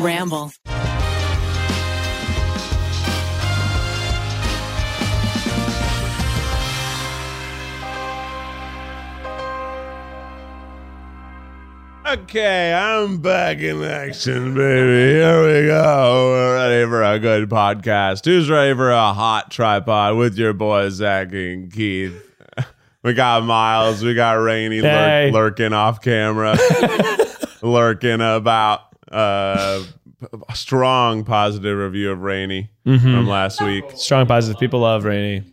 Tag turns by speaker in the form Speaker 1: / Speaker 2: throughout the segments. Speaker 1: Ramble.
Speaker 2: Okay, I'm back in action, baby. Here we go. We're ready for a good podcast. Who's ready for a hot tripod with your boys, Zach and Keith? We got Miles. We got Rainy lurk-
Speaker 3: Hey.
Speaker 2: lurking off camera, lurking about. Uh, p- strong positive review of Rainy from
Speaker 3: Hmm.
Speaker 2: last week.
Speaker 3: Um, Strong positive. People love Rainy.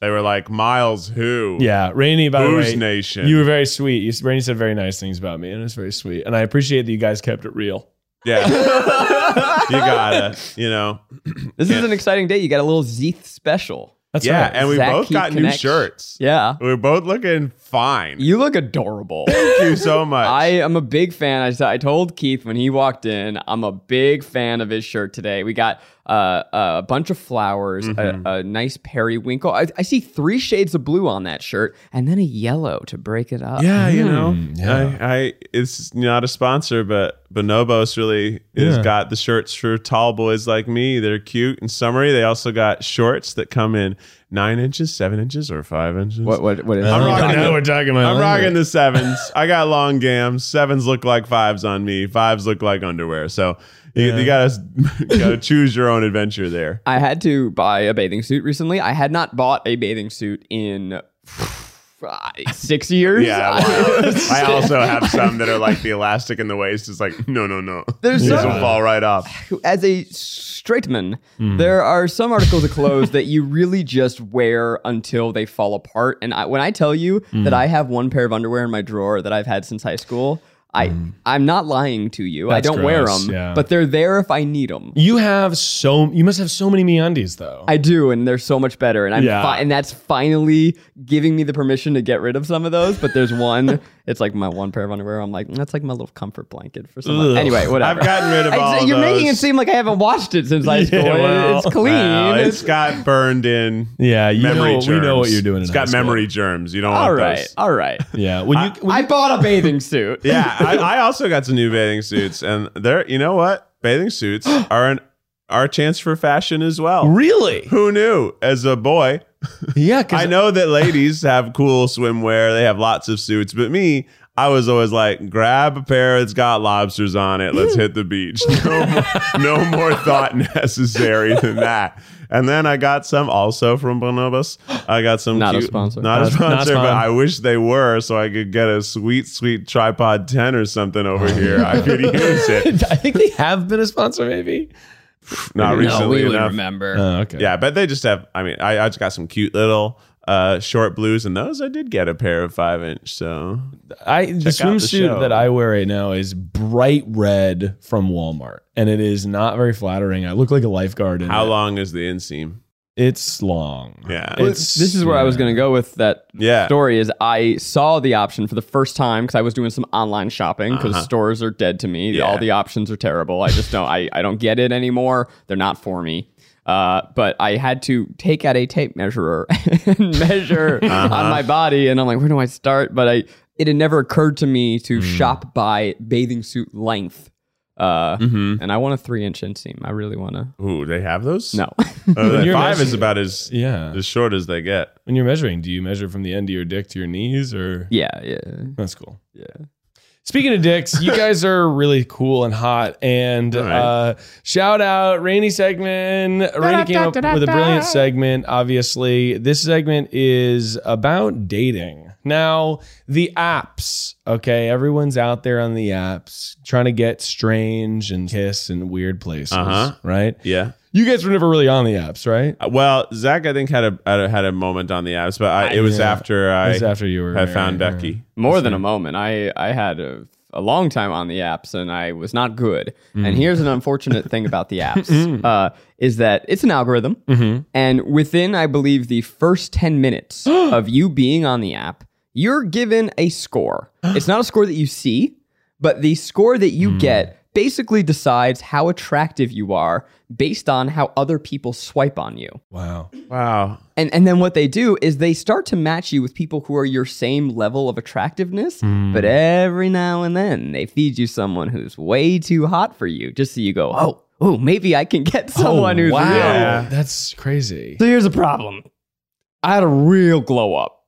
Speaker 2: They were like, Miles, who?
Speaker 3: Yeah, Rainy. By the
Speaker 2: Booze
Speaker 3: way,
Speaker 2: Nation.
Speaker 3: you were very sweet. You, Rainy said very nice things about me, and it's very sweet. And I appreciate that you guys kept it real.
Speaker 2: yeah. you gotta, you know.
Speaker 4: This is an exciting day. You got a little Zeeth special.
Speaker 3: That's
Speaker 2: yeah,
Speaker 3: right.
Speaker 2: and we
Speaker 4: Zach
Speaker 2: both
Speaker 4: Keith
Speaker 2: got new
Speaker 4: Connection.
Speaker 2: shirts.
Speaker 4: Yeah.
Speaker 2: We're both looking fine.
Speaker 4: You look adorable.
Speaker 2: Thank you so much.
Speaker 4: I am a big fan. I, said- I told Keith when he walked in, I'm a big fan of his shirt today. We got uh, a bunch of flowers,
Speaker 2: Mm-hmm.
Speaker 4: a, a nice periwinkle. I, I see three shades of blue on that shirt, and then a yellow to break it up. Mm-hmm.
Speaker 2: yeah, you know,
Speaker 3: yeah.
Speaker 2: I, I it's not a sponsor, but Bonobos really
Speaker 3: Yeah.
Speaker 2: has got the shirts for tall boys like me. They're cute and summery. They also got shorts that come in nine inches, seven inches, or five inches.
Speaker 4: What? What? What is?
Speaker 3: I'm
Speaker 2: rocking
Speaker 3: rocking.
Speaker 2: the-
Speaker 3: Now we're talking about.
Speaker 2: I'm rocking the sevens. I got long gams. Sevens look like fives on me. Fives look like underwear. So you, you gotta gotta choose your own adventure there.
Speaker 4: I had to buy a bathing suit recently. I had not bought a bathing suit in six years.
Speaker 2: Yeah, well, I also have some that are like the elastic in the waist is like no, no, no.
Speaker 4: There's
Speaker 2: These
Speaker 4: some-
Speaker 2: will fall right off.
Speaker 4: as a straight man,
Speaker 3: Hmm.
Speaker 4: there are some articles of clothes that you really just wear until they fall apart. And I, when I tell you
Speaker 3: Hmm.
Speaker 4: that I have one pair of underwear in my drawer that I've had since high school, I I'm not lying to you. I
Speaker 3: Hmm. That's
Speaker 4: don't wear
Speaker 3: gross,
Speaker 4: them,
Speaker 3: yeah.
Speaker 4: but they're there if I need them.
Speaker 3: You have so. You must have so many meandies though.
Speaker 4: I do, and they're so much better. And I'm
Speaker 3: Yeah.
Speaker 4: fi- and that's finally giving me the permission to get rid of some of those. But there's one, it's like my one pair of underwear. I'm like, that's like my little comfort blanket for someone.
Speaker 3: Ugh.
Speaker 4: Anyway, whatever.
Speaker 2: I've gotten rid of all.
Speaker 4: I,
Speaker 2: of
Speaker 4: you're
Speaker 2: those.
Speaker 4: making it seem like I haven't watched it since high
Speaker 3: Yeah,
Speaker 4: school.
Speaker 3: well.
Speaker 4: it's clean.
Speaker 2: Well,
Speaker 4: It's-
Speaker 2: it's got burned in.
Speaker 3: yeah, you
Speaker 2: memory
Speaker 3: know,
Speaker 2: germs.
Speaker 3: we know what you're doing. in
Speaker 2: It's
Speaker 3: high
Speaker 2: got
Speaker 3: school.
Speaker 2: memory germs. You don't
Speaker 4: All
Speaker 2: want
Speaker 4: right,
Speaker 2: those.
Speaker 4: all right.
Speaker 3: Yeah, when you when
Speaker 4: I bought a bathing suit.
Speaker 2: Yeah, I, I also got some new bathing suits, and they're you know what? Bathing suits are an our chance for fashion as well.
Speaker 3: really,
Speaker 2: Who knew? As a boy,
Speaker 3: yeah, 'cause
Speaker 2: I know that ladies have cool swimwear. They have lots of suits, but me, I was always like, grab a pair that's got lobsters on it. Let's hit the beach. No more, no more thought necessary than that. And then I got some also from Bonobos. I got some
Speaker 4: Not a
Speaker 2: cute-
Speaker 4: sponsor.
Speaker 2: not a
Speaker 3: Not- not
Speaker 2: sponsor, but
Speaker 3: spon-
Speaker 2: I wish they were, so I could get a sweet, sweet tripod ten or something over here. I could use it.
Speaker 3: I think they have been a sponsor, maybe.
Speaker 2: Not recently
Speaker 4: would
Speaker 2: enough. Uh,
Speaker 4: remember.
Speaker 3: Oh, okay.
Speaker 2: Yeah, but they just have. I mean, I, I just got some cute little uh short blues, and those I did get a pair of five inch. So
Speaker 3: I the
Speaker 2: out the
Speaker 3: swimsuit
Speaker 2: show.
Speaker 3: that I wear right now is bright red from Walmart, and it is not very flattering. I look like a lifeguard. In
Speaker 2: how
Speaker 3: it.
Speaker 2: long is the inseam?
Speaker 3: It's long.
Speaker 2: Yeah.
Speaker 4: Well,
Speaker 3: It's-
Speaker 4: this is where I was going to go with that
Speaker 2: Yeah.
Speaker 4: story. Is I saw the option for the first time because I was doing some online shopping because stores are dead to me.
Speaker 2: Yeah.
Speaker 4: All the options are terrible. I just don't. I, I don't get it anymore. They're not for me. Uh, but I had to take out a tape measurer and measure on my body, and I'm like, where do I start? But I it had never occurred to me to shop by bathing suit length. Uh,
Speaker 2: Hmm. Mm-hmm.
Speaker 4: and I want a three inch inseam. I really want to.
Speaker 2: Ooh, they have those?
Speaker 4: No.
Speaker 2: Uh, that
Speaker 3: you're
Speaker 2: five is
Speaker 3: measuring-
Speaker 2: about as
Speaker 3: Yeah.
Speaker 2: as short as they get.
Speaker 3: When you're measuring, do you measure from the end of your dick to your knees or?
Speaker 4: yeah, yeah.
Speaker 3: That's cool.
Speaker 4: Yeah.
Speaker 3: Speaking of dicks, you guys are really cool and hot. And
Speaker 2: All right.
Speaker 3: uh, shout out Rainy segment. Rainy came up with a brilliant segment, obviously. This segment is about dating. Now, the apps, okay? Everyone's out there on the apps trying to get strange and kiss in weird places,
Speaker 2: Uh-huh.
Speaker 3: right?
Speaker 2: Yeah.
Speaker 3: You guys were never really on the apps, right?
Speaker 2: Uh, Well, Zach, I think had a had a, had a moment on the apps, but I, it was
Speaker 3: Yeah.
Speaker 2: after I
Speaker 3: It was after you were
Speaker 2: I found
Speaker 3: married,
Speaker 2: Becky.
Speaker 4: more than a moment. I I had a, a long time on the apps and I was not good. And here's an unfortunate thing about the apps uh, is that it's an algorithm, and within I believe the first ten minutes of you being on the app, you're given a score. It's not a score that you see, but the score that you get basically decides how attractive you are based on how other people swipe on you.
Speaker 3: Wow.
Speaker 2: Wow.
Speaker 4: And and then what they do is they start to match you with people who are your same level of attractiveness,
Speaker 3: Hmm.
Speaker 4: but every now and then they feed you someone who's way too hot for you, just so you go, oh, oh, maybe I can get someone who's
Speaker 3: Oh, wow.
Speaker 4: real.
Speaker 2: Yeah.
Speaker 3: That's crazy.
Speaker 4: So here's a problem. I had a real glow up.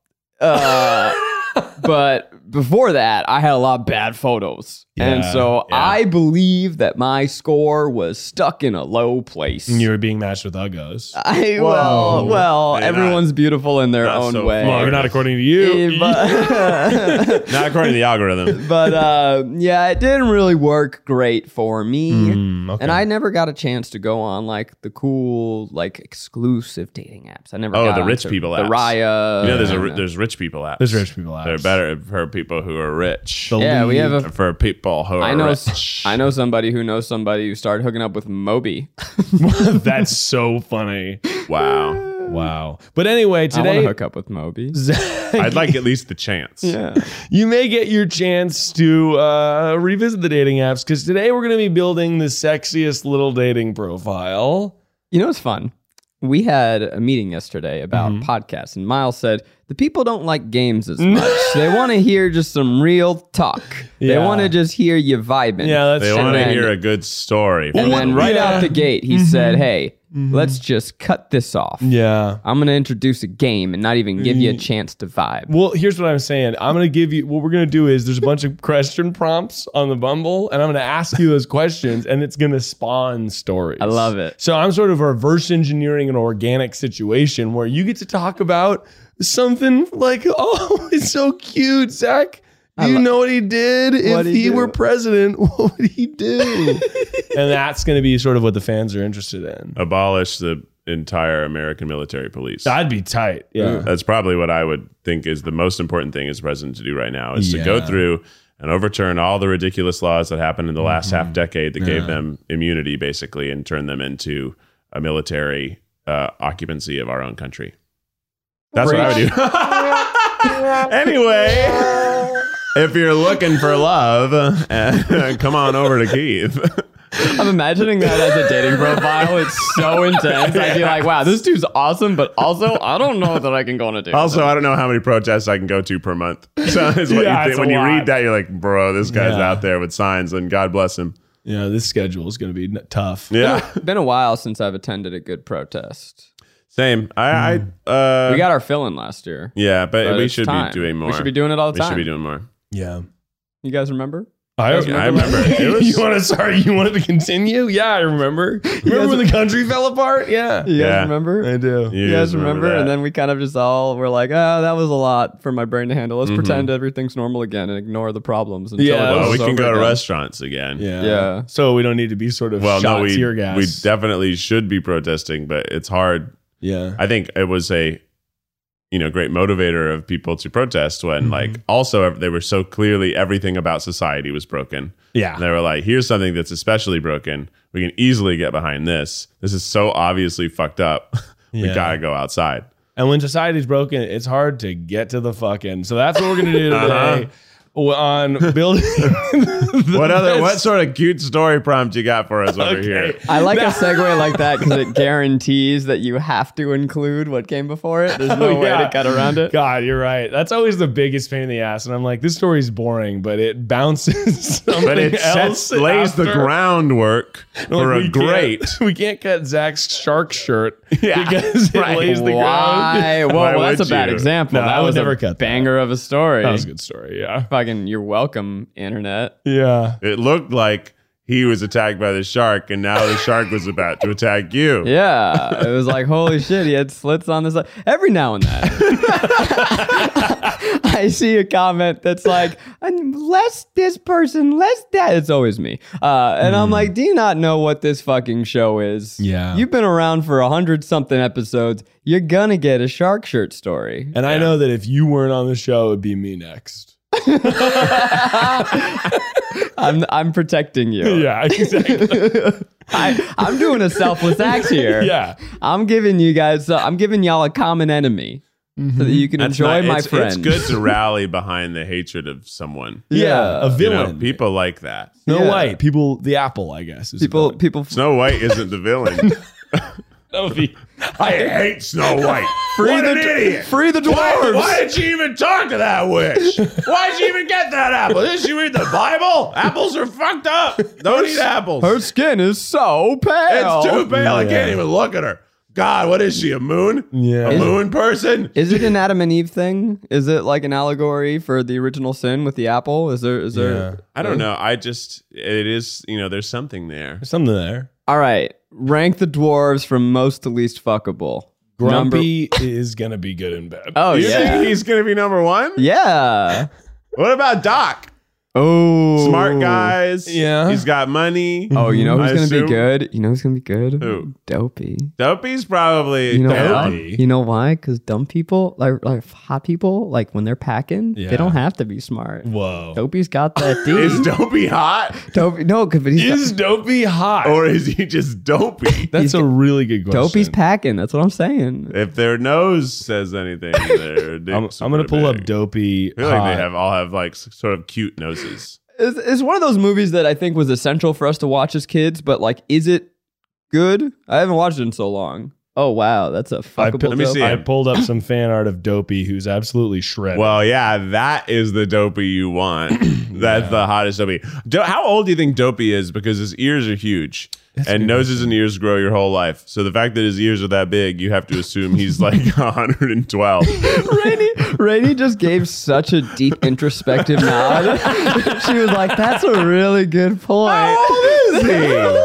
Speaker 4: Uh, but before that, I had a lot of bad photos. and
Speaker 3: Yeah,
Speaker 4: so
Speaker 2: yeah.
Speaker 4: I believe that my score was stuck in a low place.
Speaker 3: And you were being matched with uggos.
Speaker 4: I
Speaker 2: Whoa.
Speaker 4: well, well,
Speaker 2: You're not-
Speaker 4: everyone's beautiful in their
Speaker 2: not
Speaker 4: own
Speaker 2: so
Speaker 4: way.
Speaker 2: far.
Speaker 3: well, not according to
Speaker 4: Eh,
Speaker 3: you.
Speaker 4: But,
Speaker 2: Not according to the algorithm.
Speaker 4: but, uh, yeah, it didn't really work great for me.
Speaker 2: Hmm.
Speaker 3: Mm, okay.
Speaker 4: And I never got a chance to go on like the cool, like exclusive dating apps. I never.
Speaker 2: Oh,
Speaker 4: got
Speaker 2: the
Speaker 4: on
Speaker 2: rich
Speaker 4: to
Speaker 2: people
Speaker 4: the
Speaker 2: apps.
Speaker 4: Raya.
Speaker 2: You know, there's a
Speaker 4: and, uh,
Speaker 2: there's rich people apps.
Speaker 3: There's rich people out.
Speaker 2: They're better for people who are rich.
Speaker 3: The
Speaker 4: Yeah, we
Speaker 3: lead-
Speaker 4: have a
Speaker 2: for people who are
Speaker 4: I know.
Speaker 2: rich.
Speaker 4: I know somebody who knows somebody who started hooking up with Moby.
Speaker 3: That's so funny.
Speaker 2: Wow.
Speaker 3: Wow. But anyway,
Speaker 4: I want to
Speaker 3: today
Speaker 4: hook up with Moby.
Speaker 2: I'd like at least the chance.
Speaker 4: Yeah.
Speaker 3: you may get your chance to uh, revisit the dating apps because today we're going to be building the sexiest little dating profile.
Speaker 4: You know what's fun? We had a meeting yesterday about podcasts, and Miles said the people don't like games as much. they want to hear just some real talk. They
Speaker 3: Yeah.
Speaker 4: want to just hear you vibing.
Speaker 3: Yeah, that's
Speaker 2: They
Speaker 3: true.
Speaker 2: want to
Speaker 4: then-
Speaker 2: hear a good story.
Speaker 4: and then right
Speaker 3: Yeah.
Speaker 4: out the gate, he said, "Hey, let's just cut this off.
Speaker 3: yeah.
Speaker 4: I'm gonna introduce a game and not even give you a chance to vibe."
Speaker 3: Well, here's what I'm saying. I'm going to give you what we're going to do is there's a bunch of question prompts on the Bumble, and I'm going to ask you those questions, and it's going to spawn stories.
Speaker 4: I love it.
Speaker 3: So I'm sort of reverse engineering an organic situation where you get to talk about something like, oh, it's so cute, Zach. Do you
Speaker 4: lo-
Speaker 3: know what he did? If
Speaker 4: What'd he
Speaker 3: he
Speaker 4: do?"
Speaker 3: were president, what would he do? and that's going to be sort of what the fans are interested in.
Speaker 2: Abolish the entire American military police.
Speaker 3: That'd be tight. Yeah.
Speaker 2: That's probably what I would think is the most important thing as president to do right now is to go
Speaker 3: Yeah.
Speaker 2: through and overturn all the ridiculous laws that happened in the last
Speaker 3: Mm-hmm.
Speaker 2: half decade that gave them immunity, basically, and turn them into a military uh, occupancy of our own country. That's what I would do. anyway, if you're looking for love, uh, come on over to Keith.
Speaker 4: I'm imagining that as a dating profile. It's so intense. I'd be like, "Wow, this dude's awesome," but also I don't know that I can go on a date. with
Speaker 2: Also, I don't know how many protests I can go to per month. So it's what
Speaker 3: Yeah,
Speaker 2: you
Speaker 3: it's
Speaker 2: think.
Speaker 3: a
Speaker 2: When you
Speaker 3: lot.
Speaker 2: read that, you're like, bro, this guy's
Speaker 3: Yeah.
Speaker 2: out there with signs, and God bless him.
Speaker 3: Yeah, this schedule is going to be n- tough.
Speaker 2: Yeah,
Speaker 4: It's been a while since I've attended a good protest.
Speaker 2: same. I, I uh,
Speaker 4: Hmm. We got our fill in last year.
Speaker 2: yeah, but,
Speaker 4: but
Speaker 2: we
Speaker 4: it's
Speaker 2: should
Speaker 4: time.
Speaker 2: be doing more.
Speaker 4: We should be doing it all the
Speaker 2: We
Speaker 4: time.
Speaker 2: should be doing more.
Speaker 3: Yeah.
Speaker 4: you guys remember?
Speaker 3: I,
Speaker 4: Those
Speaker 2: I remember. It was-
Speaker 3: you want to? Sorry, you wanted to continue? Yeah, I remember. Remember when the country fell apart? Yeah,
Speaker 4: You
Speaker 2: Yeah.
Speaker 4: guys remember?
Speaker 3: I do.
Speaker 4: you guys remember?
Speaker 2: that.
Speaker 4: And then we kind of just all were like, oh, that was a lot for my brain to handle. Let's
Speaker 2: Mhm.
Speaker 4: pretend everything's normal again and ignore the problems. Until
Speaker 3: Yeah,
Speaker 4: it
Speaker 2: well,
Speaker 4: was
Speaker 2: we
Speaker 4: over
Speaker 2: can go to
Speaker 4: again."
Speaker 2: restaurants again.
Speaker 3: Yeah.
Speaker 4: Yeah.
Speaker 3: So we don't need to be sort of
Speaker 2: Well,
Speaker 3: shot
Speaker 2: no, we
Speaker 3: tear gas.
Speaker 2: we definitely should be protesting, but it's hard.
Speaker 3: yeah.
Speaker 2: I think it was a you know great motivator of people to protest when like
Speaker 4: Mm-hmm.
Speaker 2: also they were so clearly everything about society was broken.
Speaker 3: Yeah.
Speaker 2: And they were like, here's something that's especially broken. We can easily get behind this. This is so obviously fucked up. we
Speaker 3: Yeah.
Speaker 2: gotta go outside.
Speaker 3: And when society's broken, it's hard to get to the fucking. So that's what we're gonna do today
Speaker 2: Uh-huh.
Speaker 3: w- on building.
Speaker 2: What other what
Speaker 3: best-
Speaker 2: sort of cute story prompt you got for us over here?
Speaker 4: I like a segue like that because it guarantees that you have to include what came before it. There's no
Speaker 3: Oh,
Speaker 4: way
Speaker 3: yeah.
Speaker 4: to cut around it.
Speaker 3: God, you're right. That's always the biggest pain in the ass. And I'm like, this story's boring, but it bounces. Something
Speaker 2: But it
Speaker 3: else
Speaker 2: sets, lays the
Speaker 3: after.
Speaker 2: groundwork
Speaker 3: Like,
Speaker 2: for
Speaker 3: we
Speaker 2: a
Speaker 3: can't-
Speaker 2: great
Speaker 3: we can't cut Zach's shark shirt
Speaker 2: Yeah,
Speaker 3: because it
Speaker 2: right.
Speaker 3: lays the ground.
Speaker 4: Why? Whoa,
Speaker 2: Why
Speaker 4: well, that's a
Speaker 2: would
Speaker 4: bad
Speaker 2: you?
Speaker 4: example.
Speaker 3: No,
Speaker 4: that
Speaker 3: I would
Speaker 4: was
Speaker 3: never
Speaker 4: a
Speaker 3: cut that.
Speaker 4: banger of a story.
Speaker 3: That was a good story. Yeah.
Speaker 4: Fucking, you're welcome, internet.
Speaker 3: Yeah.
Speaker 2: it looked like he was attacked by the shark and now the shark was about to attack you.
Speaker 4: Yeah, it was like holy shit. He had slits on his. Every now and then, I see a comment that's like, "Less this person, less that." It's always me, uh, and I'm like, "Do you not know what this fucking show is?
Speaker 3: Hmm. Yeah.
Speaker 4: you've been around for a hundred something episodes. You're gonna get a shark shirt story."
Speaker 3: And I know that if you weren't on the show, it'd be me next.
Speaker 4: I'm I'm protecting you.
Speaker 3: Yeah, exactly.
Speaker 4: I, I'm doing a selfless act here.
Speaker 3: yeah.
Speaker 4: uh, I'm giving you guys. I'm giving y'all a common enemy.
Speaker 3: Mm-hmm.
Speaker 4: so that you can
Speaker 2: That's
Speaker 4: enjoy
Speaker 2: not-
Speaker 4: my
Speaker 2: it's,
Speaker 4: friend.
Speaker 2: It's good to rally behind the hatred of someone.
Speaker 3: Yeah,
Speaker 4: Yeah.
Speaker 3: a
Speaker 2: You
Speaker 3: villain.
Speaker 2: know, people like that.
Speaker 3: Snow
Speaker 4: Yeah.
Speaker 3: White, people, the apple, I guess. Is a
Speaker 4: People,
Speaker 3: villain.
Speaker 4: people
Speaker 2: Snow White isn't the villain.
Speaker 3: That would be-
Speaker 2: I hate Snow White.
Speaker 4: free
Speaker 2: what
Speaker 4: the
Speaker 2: an idiot!
Speaker 4: free the
Speaker 2: Why,
Speaker 4: dwarves.
Speaker 2: why did she even talk to that witch? Why'd she even get that apple? Did she read the Bible? Apples are fucked up. Don't eat apples.
Speaker 4: Her skin is so pale.
Speaker 2: It's too pale. I can't
Speaker 3: Yeah.
Speaker 2: even look at her. God, what is she? A moon?
Speaker 3: Yeah.
Speaker 2: A
Speaker 3: Is-
Speaker 2: moon person?
Speaker 4: Is it an Adam and Eve thing? Is it like an allegory for the original sin with the apple? Is there? Is there?
Speaker 3: Yeah.
Speaker 2: I don't know. I just it is you know there's something there.
Speaker 3: There's something there.
Speaker 4: All right. Rank the dwarves from most to least fuckable. Number-
Speaker 3: Grumpy is gonna be good in bed.
Speaker 4: Oh
Speaker 2: you
Speaker 4: yeah.
Speaker 2: think he's gonna be number one?
Speaker 4: Yeah.
Speaker 2: What about Doc?
Speaker 4: Oh.
Speaker 2: Smart guys.
Speaker 3: Yeah.
Speaker 2: he's got money.
Speaker 4: Oh, you know
Speaker 2: I
Speaker 4: who's gonna
Speaker 2: assume-
Speaker 4: be good? You know who's gonna be good?
Speaker 2: Who?
Speaker 4: Dopey.
Speaker 2: Dopey's probably
Speaker 4: You know
Speaker 2: down.
Speaker 4: why? You know why? Because dumb people, like like hot people, like when they're packing,
Speaker 3: Yeah.
Speaker 4: they don't have to be smart.
Speaker 3: Whoa.
Speaker 4: Dopey's got that
Speaker 2: Is
Speaker 4: D.
Speaker 2: Dopey hot
Speaker 4: Dopey, no, 'cause- but he's
Speaker 3: Is Dopey hot?
Speaker 2: or is he just dopey?
Speaker 3: That's a really good question.
Speaker 4: Dopey's packing. That's what I'm saying.
Speaker 2: if their nose says anything, their
Speaker 3: I'm,
Speaker 2: dicks
Speaker 3: I'm gonna
Speaker 2: are
Speaker 3: pull up
Speaker 2: big.
Speaker 3: Dopey.
Speaker 2: I feel like
Speaker 3: hot.
Speaker 2: they have all have like s- sort of cute noses.
Speaker 4: It's, it's one of those movies that I think was essential for us to watch as kids, but like, is it good? I haven't watched it in so long. Oh wow, that's a
Speaker 3: I,
Speaker 4: fuckable.
Speaker 3: pu-
Speaker 2: Let me
Speaker 4: dope.
Speaker 2: see.
Speaker 3: I pulled up some fan art of Dopey, who's absolutely shredded.
Speaker 2: Well, yeah, that is the dopey you want. That's the hottest dopey. Do- how old do you think dopey is? Because his ears are huge. and noses and ears grow your whole life. So the fact that his ears are that big, you have to assume he's like 112.
Speaker 4: Rainey, Rainey just gave such a deep introspective nod. she was like, "That's a really good point."
Speaker 2: is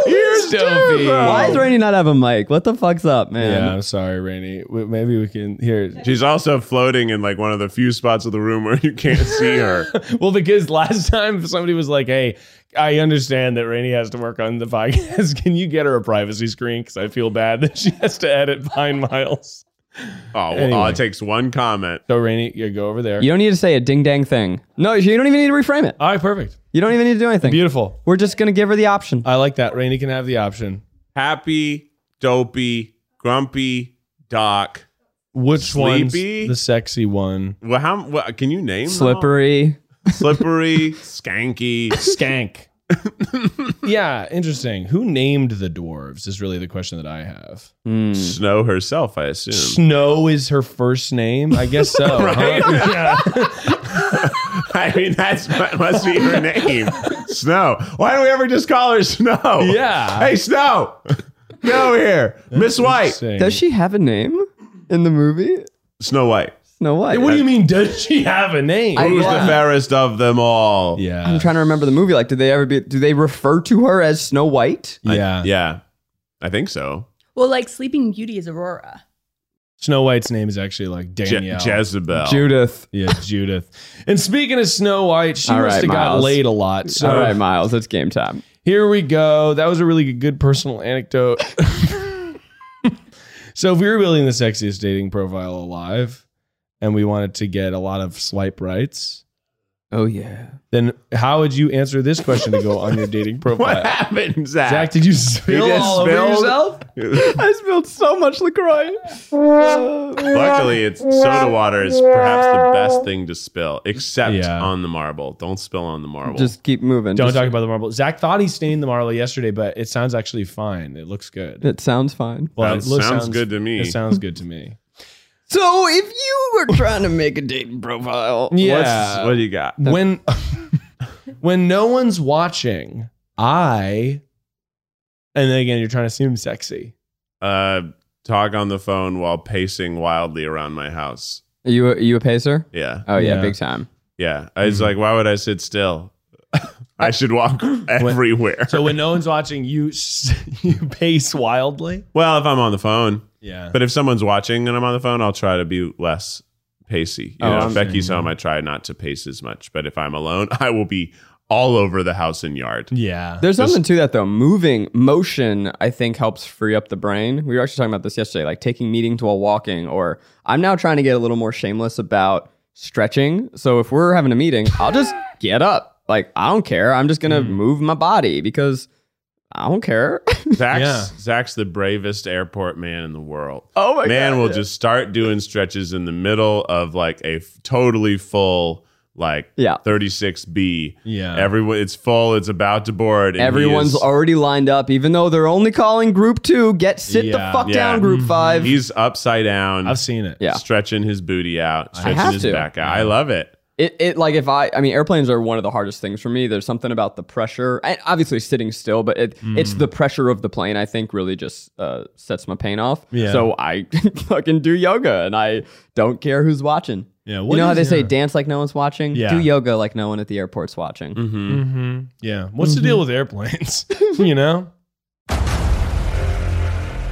Speaker 2: he? Ears
Speaker 3: Dopey.
Speaker 2: too, bro.
Speaker 4: Why does Rainey not have a mic? What the fuck's up,
Speaker 3: yeah,
Speaker 4: man?
Speaker 3: I'm sorry, Rainey. W- Maybe we can here.
Speaker 2: She's also floating in like one of the few spots of the room where you can't see her.
Speaker 3: Well, because last time somebody was like, "Hey, I understand that Rainey has to work on the podcast. Can you get her a privacy screen? Because I feel bad that she has to edit Pine Miles."
Speaker 2: Oh, well,
Speaker 3: Anyway.
Speaker 2: oh, it takes one comment.
Speaker 3: So Rainey, you go over there.
Speaker 4: You don't need to say a ding dang thing. No, you don't even need to reframe it.
Speaker 3: All right, perfect,
Speaker 4: You don't even need to do anything.
Speaker 3: beautiful. Uh,
Speaker 4: We're just gonna give her the option.
Speaker 3: I like that. Rainey can have the option.
Speaker 2: Happy, dopey, grumpy, doc.
Speaker 3: Which
Speaker 2: Sleepy?
Speaker 3: one's the sexy one?
Speaker 2: Well, how what, can you name them all?
Speaker 4: Slippery.
Speaker 2: slippery, skanky.
Speaker 3: Skank. yeah, interesting. Who named the dwarves is really the question that I have.
Speaker 4: Mm.
Speaker 2: Snow herself, I assume.
Speaker 3: Snow is her first name? I guess so.
Speaker 2: Right?
Speaker 3: huh?
Speaker 2: I mean, that's that must be her name. Snow. Why don't we ever just call her Snow?
Speaker 3: Yeah.
Speaker 2: Hey, Snow. Get over here, Miss White.
Speaker 3: Interesting.
Speaker 4: Does she have a name in the movie?
Speaker 2: Snow White.
Speaker 4: No White.
Speaker 3: what do you mean, does she have a name?
Speaker 4: I-
Speaker 2: Who's
Speaker 4: Yeah.
Speaker 2: the fairest of them all?
Speaker 4: I'm
Speaker 3: yeah.
Speaker 4: trying to remember the movie. Like, did they ever be? Do they refer to her as Snow White?
Speaker 2: I-
Speaker 3: Yeah.
Speaker 2: yeah. I think so.
Speaker 1: Well, like Sleeping Beauty is Aurora.
Speaker 3: Snow White's name is actually like
Speaker 2: Je-
Speaker 3: Danielle.
Speaker 2: Jezebel.
Speaker 4: Judith.
Speaker 3: yeah, Judith. And speaking of Snow White, she
Speaker 4: All
Speaker 3: must
Speaker 4: right,
Speaker 3: have got
Speaker 4: Miles.
Speaker 3: laid a lot. So
Speaker 4: All right, Miles, it's game time.
Speaker 3: Here we go. That was a really good personal anecdote. so if we were building the sexiest dating profile alive and we wanted to get a lot of swipe rights,
Speaker 4: Oh yeah.
Speaker 3: then how would you answer this question to go on your dating
Speaker 2: what
Speaker 3: profile?
Speaker 2: happened, Zach?
Speaker 3: Zach, did you spill
Speaker 2: just
Speaker 3: all over
Speaker 2: spilled?
Speaker 3: yourself?
Speaker 4: I spilled so much Lacroix.
Speaker 2: Luckily, it's soda water is perhaps the best thing to spill, except
Speaker 3: Yeah.
Speaker 2: on the marble. Don't spill on the marble.
Speaker 4: Just keep moving.
Speaker 3: Don't
Speaker 4: Just-
Speaker 3: talk about the marble. Zach thought he stained the marble yesterday, but it sounds actually fine. It looks good.
Speaker 4: It sounds fine.
Speaker 3: Well,
Speaker 2: Sounds- sounds good to me.
Speaker 3: It sounds good to me.
Speaker 4: So if you were trying to make a dating profile,
Speaker 3: Yeah.
Speaker 2: What's, what do you got?
Speaker 3: when when no one's watching, I and then again you're trying to seem sexy.
Speaker 2: uh, talk on the phone while pacing wildly around my house.
Speaker 4: are you a, you a pacer?
Speaker 2: Yeah,
Speaker 4: Oh yeah,
Speaker 3: Yeah.
Speaker 4: big time.
Speaker 2: yeah. I was like, why would I sit still? I should walk everywhere.
Speaker 3: So when no one's watching, you s- you pace wildly.
Speaker 2: Well, if I'm on the phone,
Speaker 3: Yeah.
Speaker 2: but if someone's watching and I'm on the phone, I'll try to be less pacey. You
Speaker 4: Oh,
Speaker 2: know,
Speaker 4: I'm
Speaker 2: if Becky's
Speaker 3: saying, yeah.
Speaker 2: home, I try not to pace as much. But if I'm alone, I will be all over the house and yard.
Speaker 3: yeah.
Speaker 4: There's something to that though. Moving motion, I think, helps free up the brain. We were actually talking about this yesterday, like taking meetings while walking. Or I'm now trying to get a little more shameless about stretching. So if we're Mm. having a meeting, I'll just get up. Like I don't care. I'm just gonna move my body because I don't care.
Speaker 2: Zach's,
Speaker 3: Yeah.
Speaker 2: Zach's the bravest airport man in the world.
Speaker 4: oh my
Speaker 2: man
Speaker 4: God.
Speaker 2: will just start doing stretches in the middle of like a f- totally full like
Speaker 4: Yeah.
Speaker 2: 36B.
Speaker 3: Yeah.
Speaker 2: Everyone it's full, it's about to board. and he
Speaker 4: Everyone's
Speaker 2: is-
Speaker 4: already lined up, even though they're only calling group two. Get sit
Speaker 3: Yeah. Mm-hmm.
Speaker 4: the fuck
Speaker 2: Yeah.
Speaker 4: down, group five.
Speaker 2: he's upside down.
Speaker 3: I've seen it.
Speaker 4: Yeah.
Speaker 2: Stretching his booty out, stretching
Speaker 4: have
Speaker 2: his
Speaker 4: to.
Speaker 2: back out. I love it.
Speaker 4: it, it like if I I mean airplanes are one of the hardest things for me. There's something about the pressure, and obviously sitting still, but it, it's
Speaker 3: Mm.
Speaker 4: the pressure of the plane. I think really just uh, sets my pain off.
Speaker 3: Yeah.
Speaker 4: So I fucking do yoga, and I don't care who's watching.
Speaker 3: Yeah,
Speaker 4: you
Speaker 3: what
Speaker 4: know how
Speaker 3: is-
Speaker 4: they say
Speaker 3: yeah.
Speaker 4: dance like no one's watching.
Speaker 3: Yeah.
Speaker 4: Do yoga like no one at the airport's watching.
Speaker 3: Mm-hmm. Yeah. What's the deal with airplanes? you know?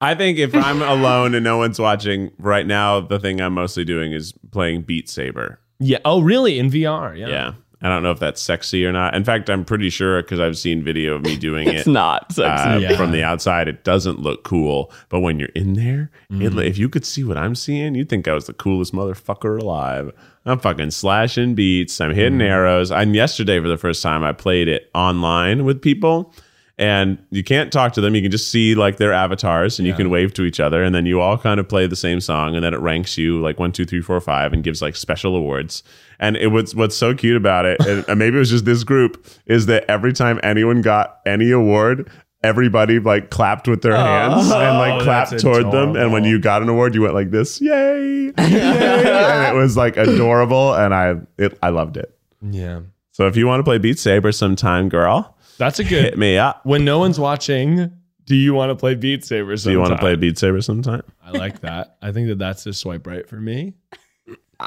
Speaker 2: I think if I'm alone and no one's watching right now, the thing I'm mostly doing is playing Beat Saber.
Speaker 3: Yeah. Oh, really? In VR. Yeah.
Speaker 2: Yeah. I don't know if that's sexy or not. In fact, I'm pretty sure because I've seen video of me doing it.
Speaker 4: It's not sexy.
Speaker 2: uh,
Speaker 3: Yeah.
Speaker 2: from the outside, it doesn't look cool. But when you're in there, it li if you could see what I'm seeing, you'd think I was the coolest motherfucker alive. I'm fucking slashing beats. I'm hitting arrows. And yesterday, for the first time, I played it online with people. And you can't talk to them. You can just see like their avatars and you can wave to each other. And then you all kind of play the same song. And then it ranks you like one, two, three, four, five and gives like special awards. And it was what's so cute about it, and and maybe it was just this group, is that every time anyone got any award, everybody like clapped with their hands and like
Speaker 3: Oh,
Speaker 2: clapped
Speaker 3: that's
Speaker 2: toward them and when
Speaker 3: adorable.
Speaker 2: you got an award you went like this yay, yay. and it was like adorable and i it, i loved it
Speaker 3: Yeah.
Speaker 2: so if you want to play beat saber sometime girl
Speaker 3: That's a
Speaker 2: hit
Speaker 3: good.
Speaker 2: me up
Speaker 3: when no one's watching, do you want to play Beat Saber?
Speaker 2: do you want to play beat saber sometime
Speaker 3: I like that. I think that that's a swipe right for me.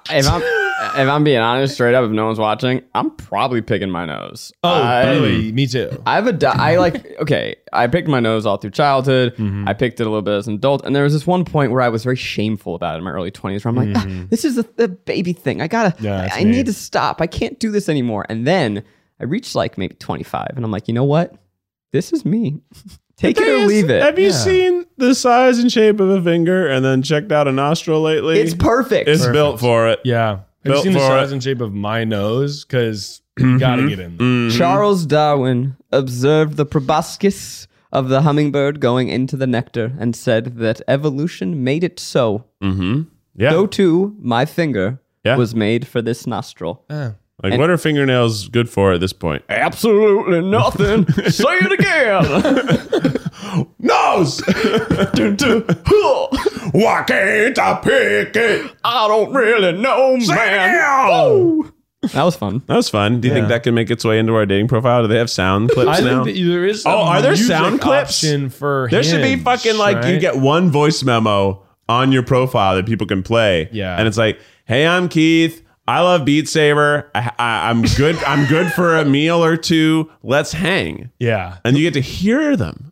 Speaker 4: if I'm if I'm being honest, straight up, if no one's watching, I'm probably picking my nose.
Speaker 3: Oh,
Speaker 4: I-
Speaker 3: really? Me too.
Speaker 4: I have a di- I like okay. I picked my nose all through childhood. I picked it a little bit as an adult, and there was this one point where I was very shameful about it in my early twenties, where I'm like, "Ah, "This is a, a baby thing. I gotta.
Speaker 3: Yeah, that's
Speaker 4: I, I
Speaker 3: me.
Speaker 4: need to stop. I can't do this anymore." And then I reached like maybe 25, and I'm like, "You know what? This is me. Take it or leave it.
Speaker 2: have you seen the size and shape of a finger and then checked out a nostril lately
Speaker 4: It's perfect.
Speaker 2: it's built for it
Speaker 3: Yeah. Have you
Speaker 2: Built
Speaker 3: seen the
Speaker 2: for Mm-hmm.
Speaker 3: size
Speaker 2: it.
Speaker 3: and shape of my nose? Because you gotta get in there.
Speaker 4: Charles Darwin observed the proboscis of the hummingbird going into the nectar and said that evolution made it so.
Speaker 2: yeah
Speaker 4: So too, my finger
Speaker 2: Yeah.
Speaker 4: was made for this nostril.
Speaker 3: Uh.
Speaker 2: like what are fingernails good for at this point
Speaker 4: Absolutely nothing. Say it again.
Speaker 2: nose why can't i pick it
Speaker 4: I don't really know, That was fun.
Speaker 2: That was fun. Do you think that can make its way into our dating profile? Do they have sound clips
Speaker 3: I
Speaker 2: now?
Speaker 3: think that there is.
Speaker 2: Oh,
Speaker 3: a
Speaker 2: are there
Speaker 3: music
Speaker 2: sound clips?
Speaker 3: option for
Speaker 2: there should be
Speaker 3: Hinge,
Speaker 2: fucking like you
Speaker 3: right?
Speaker 2: get one voice memo on your profile that people can play.
Speaker 3: Yeah.
Speaker 2: and it's like, hey, I'm Keith. I love Beat Saber. I, I, I'm good. I'm good for a meal or two. Let's hang.
Speaker 3: Yeah,
Speaker 2: And you get to hear them.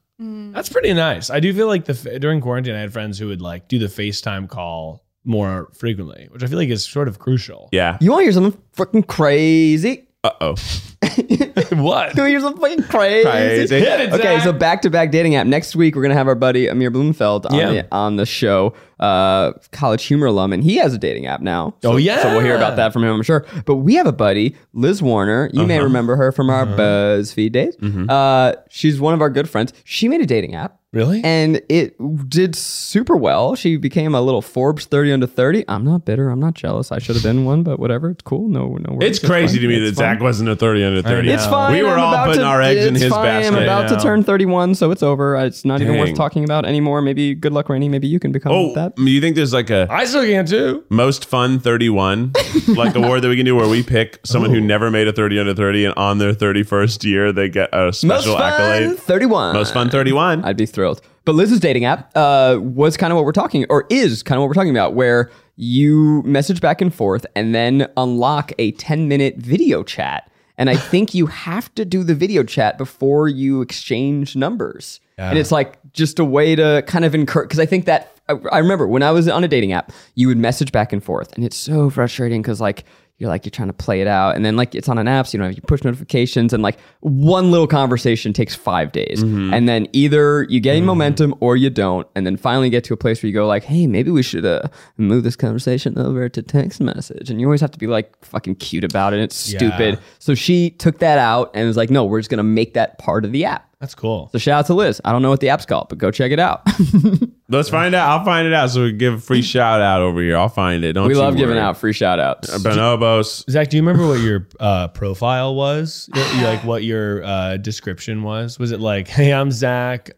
Speaker 3: that's pretty nice. I do feel like the fa- during quarantine, I had friends who would like do the FaceTime call more frequently, which I feel like is sort of crucial.
Speaker 2: Yeah.
Speaker 4: You want to hear something freaking crazy?
Speaker 2: Uh oh.
Speaker 3: what?
Speaker 4: You want to hear something fucking crazy?
Speaker 2: Crazy.
Speaker 3: Hit it,
Speaker 4: Okay,
Speaker 3: Zach.
Speaker 4: so back to back dating app. Next week, we're going to have our buddy Amir Bloomfeld on,
Speaker 3: Yeah.
Speaker 4: the, on the show, uh, college humor alum, and he has a dating app now. So,
Speaker 3: Oh, yeah.
Speaker 4: So we'll hear about that from him, I'm sure. But we have a buddy, Liz Warner. You
Speaker 3: Uh-huh.
Speaker 4: may remember her from our BuzzFeed days.
Speaker 3: Mm-hmm.
Speaker 4: Uh, she's one of our good friends. She made a dating app.
Speaker 3: Really?
Speaker 4: And it did super well. She became a little Forbes 30 under 30. I'm not bitter. I'm not jealous. I should have been one, but whatever. It's cool. No, no worries.
Speaker 2: It's crazy
Speaker 4: fine.
Speaker 2: to me
Speaker 4: It's
Speaker 2: that
Speaker 4: fine.
Speaker 2: Zach wasn't a 30 under 30.
Speaker 4: It's fine.
Speaker 2: We were
Speaker 4: I'm
Speaker 2: all
Speaker 4: about
Speaker 2: putting
Speaker 4: to-
Speaker 2: our eggs in
Speaker 4: it's
Speaker 2: his
Speaker 4: fine.
Speaker 2: basket.
Speaker 4: I'm about to
Speaker 3: now.
Speaker 4: turn 31, so it's over. It's not even worth
Speaker 2: Dang.
Speaker 4: talking about anymore. Maybe good luck, Rainy. Maybe you can become
Speaker 2: Oh,
Speaker 4: that.
Speaker 2: you think there's like a
Speaker 3: I still can too.
Speaker 2: most fun 31 like award that we can do where we pick someone who never made a 30 under 30 and on their 31st year they get a
Speaker 4: Most
Speaker 2: special
Speaker 4: fun,
Speaker 2: accolade
Speaker 4: 31.
Speaker 2: most fun 31
Speaker 4: I'd be thrilled. But Liz's dating app uh, was kind of what we're talking, or is kind of what we're talking about, where you message back and forth and then unlock a 10 minute video chat. And I think you have to do the video chat before you exchange numbers. And it's like just a way to kind of encourage, because I think that I, I remember when I was on a dating app, you would message back and forth, and it's so frustrating because like you're like you're trying to play it out, and then like it's on an app, so you don't have your push notifications, and like one little conversation takes five days, and then either you gain momentum or you don't, and then finally get to a place where you go like, hey, maybe we should uh, move this conversation over to text message, and you always have to be like fucking cute about it. It's stupid. So she took that out and was like, no, we're just gonna make that part of the app.
Speaker 3: That's cool.
Speaker 4: So shout out to Liz. I don't know what the app's called, but go check it out.
Speaker 2: Let's find out. I'll find it out. So we give a free shout out over here. I'll find it. Don't
Speaker 4: we
Speaker 2: you
Speaker 4: love giving
Speaker 2: worry.
Speaker 4: out free shout outs.
Speaker 2: bonobos.
Speaker 3: Zach, do you remember what your uh, profile was? Y- y- like what your uh, description was? Was it like, "Hey, I'm Zach.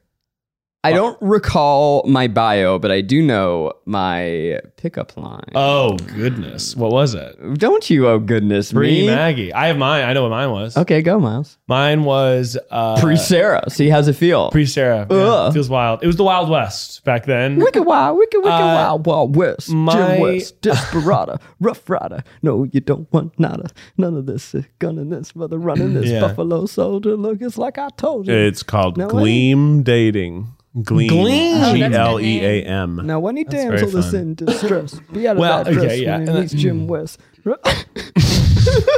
Speaker 4: I don't recall my bio, but I do know my pickup line.
Speaker 3: Oh goodness, what was it?
Speaker 4: don't you? Oh goodness
Speaker 3: Bree
Speaker 4: me.
Speaker 3: Maggie. I have mine. I know what mine was.
Speaker 4: Okay, go Miles.
Speaker 3: Mine was uh,
Speaker 4: Pre Sarah. See how's it feel.
Speaker 3: pre Sarah. Yeah,
Speaker 4: Ugh. Oh
Speaker 3: feels wild. It was the Wild West back then.
Speaker 4: wicked wild, wicked wicked
Speaker 3: Uh,
Speaker 4: wild, wild west.
Speaker 3: my-
Speaker 4: Jim West, desperado, rough rider. No, you don't want nada. None of this uh, gunning this, mother running this
Speaker 3: Yeah.
Speaker 4: buffalo soldier. Look, it's like I told you.
Speaker 2: It's called
Speaker 4: No way.
Speaker 2: Gleam Dating. Gleam.
Speaker 4: Gleam. Oh, that's a
Speaker 2: G
Speaker 1: good
Speaker 2: L E A M.
Speaker 4: Now, any
Speaker 3: very
Speaker 4: damsel is
Speaker 3: fun.
Speaker 4: in distress, be out of
Speaker 3: Well,
Speaker 4: that dress
Speaker 3: okay, yeah, and
Speaker 4: when he meets
Speaker 3: that- hmm.
Speaker 4: Jim West.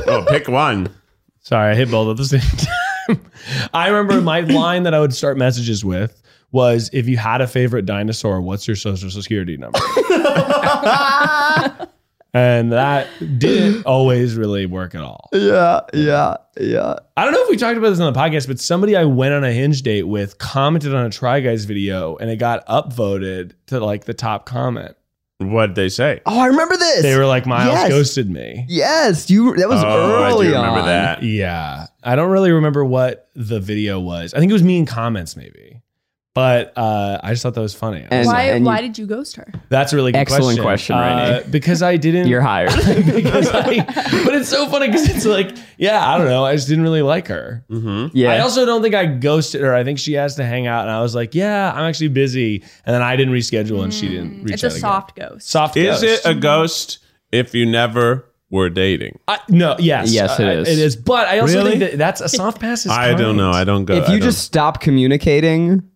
Speaker 2: Oh, pick one.
Speaker 3: Sorry, I hit both at the same time. I remember my line that I would start messages with was if you had a favorite dinosaur, what's your social security number? and that didn't always really work at all.
Speaker 4: yeah, yeah, yeah.
Speaker 3: I don't know if we talked about this on the podcast, but somebody I went on a hinge date with commented on a Try Guys video and it got upvoted to like the top comment.
Speaker 2: What'd they say?
Speaker 4: Oh, I remember this.
Speaker 3: They were like, Miles
Speaker 4: Yes.
Speaker 3: ghosted me.
Speaker 4: Yes, you. That was
Speaker 2: Oh, I do
Speaker 4: early
Speaker 2: remember
Speaker 4: on.
Speaker 2: that.
Speaker 3: Yeah. I don't really remember what the video was. I think it was me in comments, maybe. But uh, I just thought that was funny.
Speaker 4: And-
Speaker 1: why
Speaker 4: and
Speaker 1: why
Speaker 4: you-
Speaker 1: did you ghost her?
Speaker 3: That's a really good
Speaker 4: Excellent
Speaker 3: question. Uh,
Speaker 4: question, Rainey.
Speaker 3: because I didn't.
Speaker 4: You're hired.
Speaker 3: because I, but it's so funny because it's like, yeah, I don't know. I just didn't really like her.
Speaker 2: Mm-hmm.
Speaker 4: yeah.
Speaker 3: I also don't think I ghosted her. I think she asked to hang out, and I was like, yeah, I'm actually busy. And then I didn't reschedule, and she
Speaker 4: Mm,
Speaker 3: didn't reach
Speaker 1: It's
Speaker 3: out
Speaker 1: a
Speaker 3: again.
Speaker 1: soft ghost.
Speaker 3: Soft
Speaker 2: Is
Speaker 3: ghost.
Speaker 2: it a ghost if you never were dating?
Speaker 3: I, no, yes.
Speaker 4: Yes, it
Speaker 3: I- I-
Speaker 4: is.
Speaker 3: It is. But I also
Speaker 2: Really?
Speaker 3: think that that's a soft pass. Is
Speaker 2: I don't
Speaker 3: kind.
Speaker 2: know. I don't go.
Speaker 4: if
Speaker 2: I
Speaker 4: you
Speaker 2: don't-
Speaker 4: just stop communicating,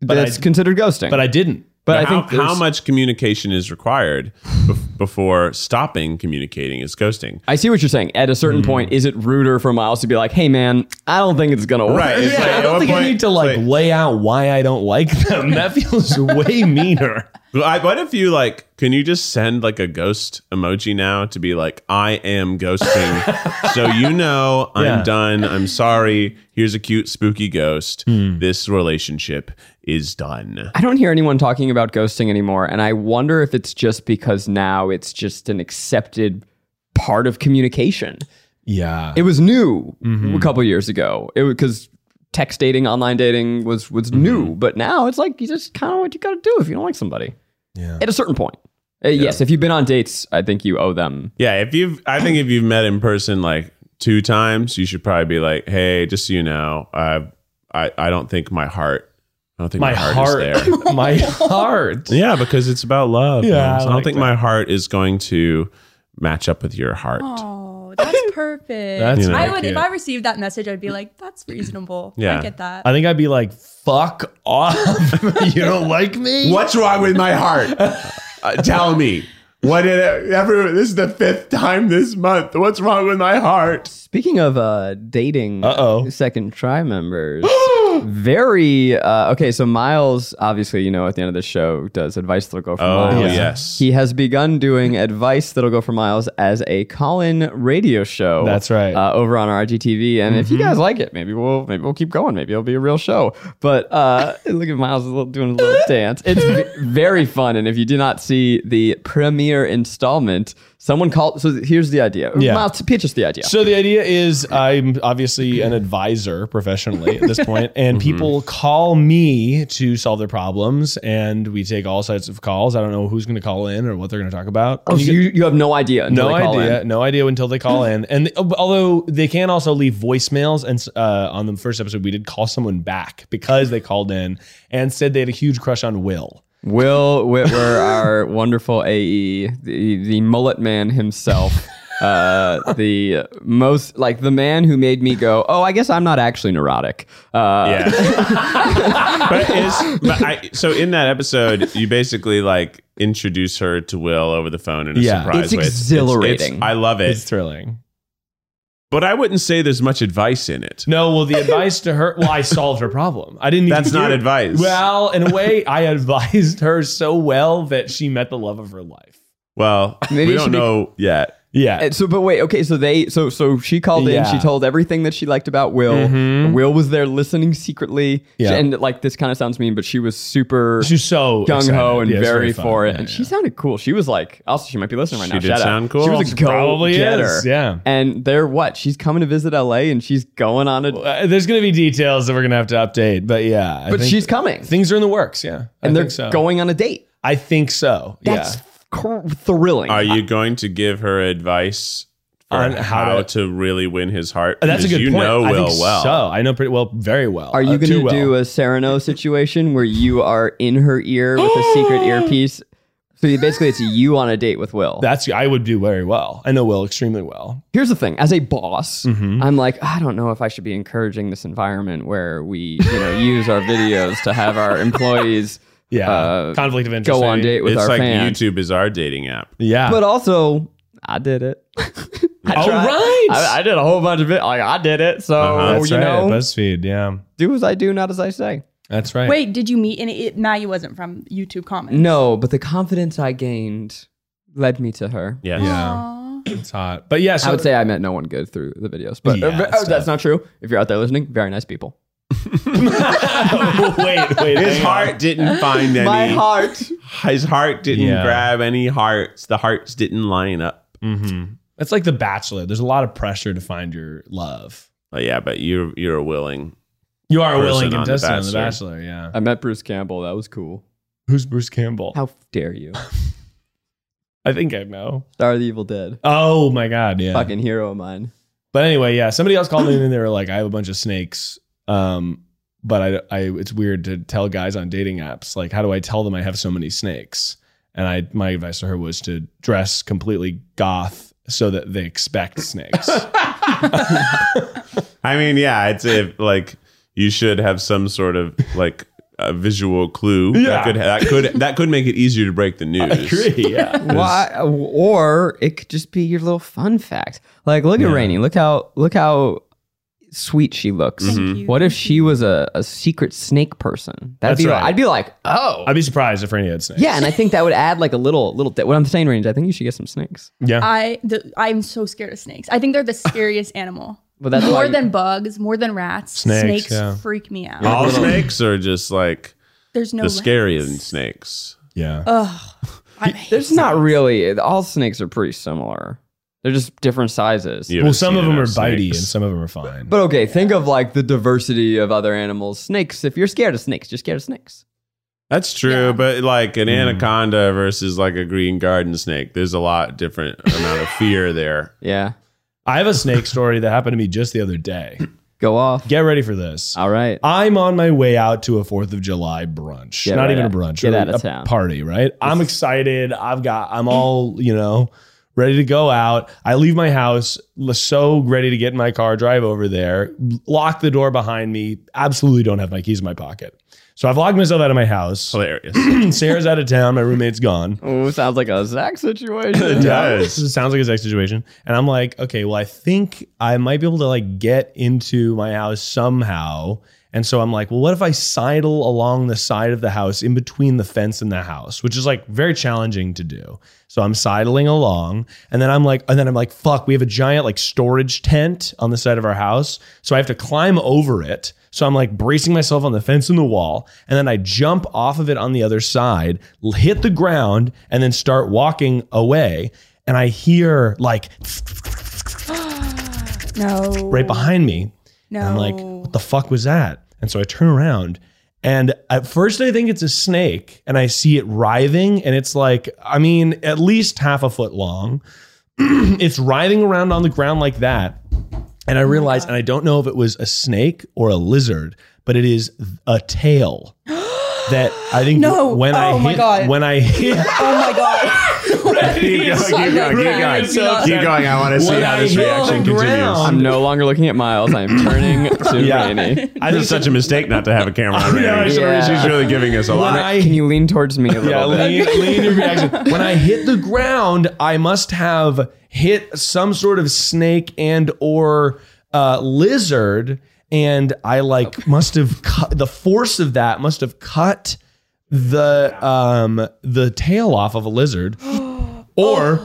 Speaker 3: But
Speaker 4: that's
Speaker 3: I-
Speaker 4: considered ghosting.
Speaker 3: But I didn't.
Speaker 4: But I
Speaker 2: how,
Speaker 4: think
Speaker 2: how
Speaker 4: there's-
Speaker 2: much communication is required bef- before stopping communicating is ghosting?
Speaker 4: I see what you're saying. At a certain
Speaker 2: Hmm.
Speaker 4: point, is it ruder for Miles to be like, "Hey, man, I don't think it's gonna work."
Speaker 2: Right, it's
Speaker 3: Yeah,
Speaker 2: like-
Speaker 3: I
Speaker 2: at
Speaker 3: don't
Speaker 2: what
Speaker 3: think
Speaker 2: point-
Speaker 3: I need to like
Speaker 2: wait.
Speaker 3: lay out why I don't like them. That feels way meaner.
Speaker 2: I, what if you like? Can you just send like a ghost emoji now to be like, I am ghosting, so you know I'm
Speaker 3: Yeah.
Speaker 2: done. I'm sorry. Here's a cute spooky ghost. This relationship is done.
Speaker 4: I don't hear anyone talking about ghosting anymore, and I wonder if it's just because now it's just an accepted part of communication.
Speaker 3: Yeah.
Speaker 4: It was new
Speaker 2: Mm-hmm.
Speaker 4: a couple years ago. It because text dating, online dating was was
Speaker 2: Mm-hmm.
Speaker 4: new, but now it's like you just kind of what you got to do if you don't like somebody.
Speaker 3: Yeah.
Speaker 4: At a certain point, Uh, yes, if you've been on dates, I think you owe them.
Speaker 2: Yeah, if you've, I think if you've met in person like two times, you should probably be like, hey, just so you know, I, I, I don't think my heart, I don't think my,
Speaker 3: my
Speaker 2: heart, is
Speaker 3: heart.
Speaker 2: there.
Speaker 3: my heart.
Speaker 2: yeah, because it's about love.
Speaker 3: Yeah,
Speaker 2: man. So I,
Speaker 3: I
Speaker 2: don't
Speaker 3: like
Speaker 2: think
Speaker 3: that.
Speaker 2: my heart is going to match up with your heart.
Speaker 1: Oh, that's perfect.
Speaker 3: That's You know,
Speaker 1: I would
Speaker 3: cute.
Speaker 1: if I received that message, I'd be like, that's reasonable.
Speaker 2: Yeah.
Speaker 1: I get that.
Speaker 3: I think I'd be like, fuck off. you don't like me?
Speaker 2: What's wrong with my heart? Uh, tell me. What did it, every, this is the fifth time this month. What's wrong with my heart?
Speaker 4: Speaking of uh, dating
Speaker 3: Uh-oh.
Speaker 4: second try members, very uh, okay. So Miles, obviously, you know, at the end of the show, does advice that'll go for
Speaker 2: Oh,
Speaker 4: Miles.
Speaker 2: yes.
Speaker 4: he has begun doing advice that'll go for Miles as a call-in radio show.
Speaker 3: That's right. Mm-hmm.
Speaker 4: uh, over on our IGTV. And if you guys like it, maybe we'll maybe we'll keep going. Maybe it'll be a real show. But uh, look at Miles little- doing a little dance. It's v- very fun. And if you did not see the premiere installment, someone called. So here's the idea.
Speaker 3: Yeah.
Speaker 4: Miles, pitch us the idea.
Speaker 3: So the idea is I'm obviously an advisor professionally at this point, and
Speaker 2: Mm-hmm.
Speaker 3: people call me to solve their problems, and we take all sides of calls. I don't know who's going to call in or what they're going to talk about.
Speaker 4: Oh, so you, you have no idea. Until
Speaker 3: no
Speaker 4: they call
Speaker 3: idea,
Speaker 4: in.
Speaker 3: no idea until they call in. And uh, although they can also leave voicemails, and uh, on the first episode we did call someone back because they called in and said they had a huge crush on Will.
Speaker 4: E, Will Whitwer, our wonderful AE, the, the mullet man himself, uh, the most like the man who made me go, oh, I guess I'm not actually neurotic. Uh,
Speaker 2: Yeah. but is but I, so in that episode, you basically like introduce her to Will over the phone in a
Speaker 3: Yeah.
Speaker 2: surprise
Speaker 4: It's
Speaker 2: way.
Speaker 4: exhilarating.
Speaker 2: I love it.
Speaker 3: It's thrilling.
Speaker 2: but I wouldn't say there's much advice in it.
Speaker 3: No, well, the advice to her. Well, I solved her problem. I didn't.
Speaker 2: That's
Speaker 3: even
Speaker 2: not
Speaker 3: give-
Speaker 2: advice.
Speaker 3: Well, in a way, I advised her so well that she met the love of her life.
Speaker 2: Well, we
Speaker 4: Maybe it
Speaker 2: don't
Speaker 4: should be-
Speaker 2: know yet.
Speaker 3: Yeah.
Speaker 4: And so, but wait, okay. So they, so so she called
Speaker 3: Yeah. Mm-hmm.
Speaker 4: in. She told everything that she liked about Will. Will was there listening secretly.
Speaker 3: Yeah.
Speaker 4: and like this kind of sounds mean, but she was super
Speaker 3: She's so
Speaker 4: gung
Speaker 3: excited.
Speaker 4: ho and
Speaker 3: Yeah, it's
Speaker 4: very
Speaker 3: fun.
Speaker 4: for it.
Speaker 3: Yeah,
Speaker 4: and
Speaker 3: yeah.
Speaker 4: she sounded cool. She was like, also she might be listening right
Speaker 2: She
Speaker 4: now.
Speaker 2: did
Speaker 4: Shout out.
Speaker 2: sound cool.
Speaker 4: She was
Speaker 2: She
Speaker 4: a go
Speaker 3: probably
Speaker 4: getter.
Speaker 3: is, yeah.
Speaker 4: And they're what? She's coming to visit LA, and she's going on a.
Speaker 3: Uh, there's going to be details that we're going to have to update, but yeah. I
Speaker 4: but
Speaker 3: think
Speaker 4: she's coming,
Speaker 3: Things are in the works. Yeah. I
Speaker 4: and they're
Speaker 3: think so.
Speaker 4: going on a date.
Speaker 3: I think so.
Speaker 4: That's
Speaker 3: yeah.
Speaker 4: cr- thrilling.
Speaker 2: Are you going to give her advice for
Speaker 3: On
Speaker 2: how,
Speaker 3: how
Speaker 2: to,
Speaker 3: to-
Speaker 2: really win his heart?
Speaker 3: Uh, That's a
Speaker 2: Because
Speaker 3: good
Speaker 2: you
Speaker 3: point.
Speaker 2: know
Speaker 3: I
Speaker 2: Will
Speaker 3: think
Speaker 2: well.
Speaker 3: So I know pretty well, very well.
Speaker 4: Are you
Speaker 3: Uh,
Speaker 4: going
Speaker 3: too
Speaker 4: to
Speaker 3: well.
Speaker 4: do a Sereno situation where you are in her ear with a secret earpiece? So you, basically, it's you on a date with Will.
Speaker 3: That's I would do very well. I know Will extremely well.
Speaker 4: Here's the thing: as a boss,
Speaker 3: Mm-hmm.
Speaker 4: I'm like, I don't know if I should be encouraging this environment where we, you know, use our videos to have our employees
Speaker 3: Yeah,
Speaker 4: Uh,
Speaker 3: conflict of interest.
Speaker 4: go on
Speaker 3: maybe.
Speaker 4: date with
Speaker 2: it's
Speaker 4: our
Speaker 2: like
Speaker 4: fans.
Speaker 2: YouTube is our dating app.
Speaker 3: Yeah,
Speaker 4: But also, I did it. I
Speaker 3: All
Speaker 4: tried.
Speaker 3: right.
Speaker 4: I, I did a whole bunch of it. Like I did it. So
Speaker 2: Uh-huh.
Speaker 3: that's
Speaker 4: uh, you
Speaker 3: right.
Speaker 4: know,
Speaker 3: Buzzfeed. Yeah,
Speaker 4: do as I do, not as I say.
Speaker 3: that's right.
Speaker 1: Wait, did you meet any? It, Maddie wasn't from YouTube comments.
Speaker 4: No, but the confidence I gained led me to her.
Speaker 2: Yes.
Speaker 3: yeah, it's hot. But yeah, so
Speaker 4: I would say I met no one good through the videos, but
Speaker 3: Yeah,
Speaker 4: uh, ve-
Speaker 3: that's
Speaker 4: oh, that's not true. If you're out there listening, very nice people.
Speaker 3: wait, wait.
Speaker 2: His
Speaker 3: hang on.
Speaker 2: heart didn't find any.
Speaker 4: My heart.
Speaker 2: His heart didn't
Speaker 3: Yeah.
Speaker 2: grab any hearts. The hearts didn't line up.
Speaker 3: Mm-hmm. That's like The Bachelor. There's a lot of pressure to find your love.
Speaker 2: Oh yeah, but you're you're willing.
Speaker 3: You are a
Speaker 2: Person
Speaker 3: willing
Speaker 2: on The
Speaker 3: contestant on The
Speaker 2: Bachelor.
Speaker 3: Bachelor. Yeah.
Speaker 4: I met Bruce Campbell. That was cool.
Speaker 3: Who's Bruce Campbell?
Speaker 4: How dare you?
Speaker 3: I think I know.
Speaker 4: Star of the Evil Dead.
Speaker 3: Oh my god. Yeah.
Speaker 4: Fucking hero of mine.
Speaker 3: But anyway, yeah, somebody else called me and they were like, "I have a bunch of snakes." Um, but I, I, it's weird to tell guys on dating apps. Like, how do I tell them I have so many snakes? And I, my advice to her was to dress completely goth so that they expect snakes.
Speaker 2: I mean, yeah, I'd say if, like you should have some sort of like a visual clue
Speaker 3: Yeah.
Speaker 2: that could that could that could make it easier to break the news.
Speaker 3: yeah.
Speaker 4: Why? Or it could just be your little fun fact. Like, look at Rainey. Look how look how sweet she looks.
Speaker 3: Mm-hmm.
Speaker 1: Thank you.
Speaker 4: What if she was a, a secret snake person? That'd
Speaker 3: That's
Speaker 4: be.
Speaker 3: right.
Speaker 4: I'd be like, oh,
Speaker 3: I'd be surprised if Rainy had snakes.
Speaker 4: yeah. And I think that would add like a little little. What I'm saying, Range. I think you should get some snakes.
Speaker 3: yeah.
Speaker 1: I the, I'm so scared of snakes. I think they're the scariest animal.
Speaker 4: But that's
Speaker 1: more
Speaker 4: why-
Speaker 1: than bugs, more than rats.
Speaker 3: Snakes, yeah.
Speaker 1: freak me out.
Speaker 2: All snakes are just like
Speaker 1: There's no
Speaker 2: the scariest
Speaker 1: rats.
Speaker 2: snakes.
Speaker 3: Yeah.
Speaker 4: uh,
Speaker 1: I hate
Speaker 4: There's not really. All snakes are pretty similar. They're just different sizes.
Speaker 2: You
Speaker 3: well,
Speaker 2: haven't
Speaker 3: some
Speaker 2: seen
Speaker 3: of them are
Speaker 2: enough
Speaker 3: bitey and
Speaker 2: snakes.
Speaker 3: some of them are fine.
Speaker 4: But okay, think of like the diversity of other animals. Snakes. If you're scared of snakes, you're scared of snakes.
Speaker 2: That's true, but like
Speaker 3: Hmm.
Speaker 2: an anaconda versus like a green garden snake, there's a lot different amount of fear there.
Speaker 4: Yeah.
Speaker 3: I have a snake story that happened to me just the other day.
Speaker 4: Go off.
Speaker 3: Get ready for this.
Speaker 4: All right.
Speaker 3: I'm on my way out to a Fourth of July brunch.
Speaker 4: Get
Speaker 3: Not
Speaker 4: right
Speaker 3: even
Speaker 4: out-
Speaker 3: a brunch.
Speaker 4: get
Speaker 3: or
Speaker 4: out of
Speaker 3: a
Speaker 4: town.
Speaker 3: Party, right? I'm excited. I've got. I'm all you know, ready to go out. I leave my house l- so ready to get in my car, drive over there, lock the door behind me. Absolutely don't have my keys in my pocket. So I've locked myself out of my house.
Speaker 2: Hilarious.
Speaker 3: Sarah's out of town. My roommate's gone.
Speaker 4: Oh, sounds like a Zach situation.
Speaker 3: Yeah,
Speaker 2: does.
Speaker 3: It sounds like a sex situation. And I'm like, okay, well, I think I might be able to like get into my house somehow. And so I'm like, well, what if I sidle along the side of the house in between the fence and the house, which is like very challenging to do. So I'm sidling along and then I'm like, and then I'm like, fuck, we have a giant like storage tent on the side of our house. So I have to climb over it. So I'm like bracing myself on the fence and the wall, and then I jump off of it on the other side, l- hit the ground, and then start walking away. And I hear like
Speaker 1: no
Speaker 3: right behind me.
Speaker 1: No,
Speaker 3: And I'm like, what the fuck was that? And so I turn around. And at first, I think it's a snake, and I see it writhing, and it's like, I mean, at least half a foot long. it's writhing around on the ground like that. And I
Speaker 1: Oh
Speaker 3: realized, and I don't know if it was a snake or a lizard, but it is a tail. that I think
Speaker 1: No.
Speaker 3: when I
Speaker 1: Oh my
Speaker 3: hit
Speaker 1: God.
Speaker 3: when I hit
Speaker 1: Oh my god.
Speaker 2: Keep going, keep going, keep going.
Speaker 1: Keep
Speaker 2: Keep going. I want to see
Speaker 3: When
Speaker 2: how
Speaker 3: I
Speaker 2: this
Speaker 3: hit
Speaker 2: reaction
Speaker 3: the
Speaker 2: continues.
Speaker 3: ground-
Speaker 4: I'm no longer looking at Miles. I'm turning to
Speaker 3: Yeah.
Speaker 4: Rainey.
Speaker 3: I
Speaker 2: This
Speaker 3: think
Speaker 2: is such a mistake not to have a camera on.
Speaker 3: know,
Speaker 2: Randy.
Speaker 3: I should-
Speaker 4: Yeah.
Speaker 2: She's really giving us a
Speaker 3: when
Speaker 2: lot.
Speaker 3: I
Speaker 4: Can you lean towards me a little
Speaker 3: yeah,
Speaker 4: bit?
Speaker 3: lean, lean your reaction. When I hit the ground, I must have hit some sort of snake and or uh, lizard, and I like must have cut the force of that must have cut the um the tail off of a lizard, or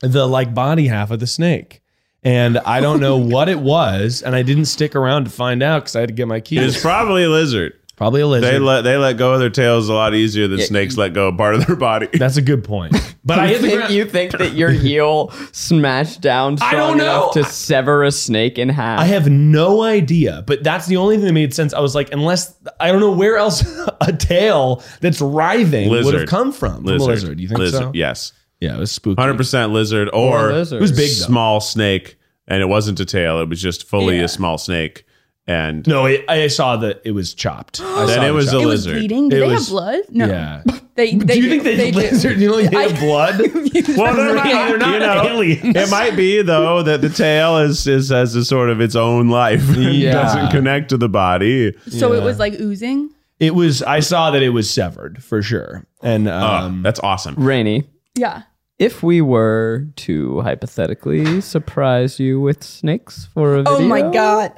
Speaker 3: the like body half of the snake. And I don't know what it was, and I didn't stick around to find out because I had to get my keys.
Speaker 2: It's probably a lizard.
Speaker 3: Probably a lizard.
Speaker 2: They let they let go of their tails a lot easier than snakes let go of part of their body.
Speaker 3: That's a good point. But I
Speaker 4: You
Speaker 3: hit the
Speaker 4: think,
Speaker 3: ground.
Speaker 4: you think that your heel smashed down strong
Speaker 3: I don't
Speaker 4: enough
Speaker 3: know.
Speaker 4: to sever a snake in half?
Speaker 3: I have no idea, but that's the only thing that made sense. I was like, unless I don't know where else a tail that's writhing would have
Speaker 2: Lizard.
Speaker 3: come from. From a lizard, you think
Speaker 2: lizard.
Speaker 3: so?
Speaker 2: Yes,
Speaker 3: yeah, it was spooky.
Speaker 2: hundred percent lizard or,
Speaker 4: Or lizard.
Speaker 3: It was big though.
Speaker 2: small snake, and it wasn't a tail. It was just fully
Speaker 1: Yeah.
Speaker 2: a small snake, and
Speaker 3: No, it, I saw that it was chopped. I
Speaker 2: then
Speaker 3: saw
Speaker 2: it
Speaker 3: the
Speaker 2: was a
Speaker 3: chop-
Speaker 1: It was
Speaker 2: lizard.
Speaker 1: bleeding. Do
Speaker 3: It
Speaker 1: they
Speaker 3: was-
Speaker 1: have blood? No.
Speaker 3: yeah.
Speaker 1: They, they
Speaker 3: do you think they, lizard? You know, you
Speaker 1: I-
Speaker 3: have blood.
Speaker 2: well, they're not,
Speaker 3: They're not
Speaker 2: you know,
Speaker 3: aliens.
Speaker 2: It might be though that the tail is, is has a sort of its own life. and
Speaker 3: Yeah.
Speaker 2: doesn't connect to the body.
Speaker 1: So
Speaker 3: Yeah.
Speaker 1: it was like oozing.
Speaker 3: It was. I saw that it was severed for sure. And
Speaker 2: Oh,
Speaker 3: um,
Speaker 2: that's awesome.
Speaker 4: Rainey,
Speaker 1: Yeah.
Speaker 4: if we were to hypothetically surprise you with snakes for a video.
Speaker 1: Oh my god.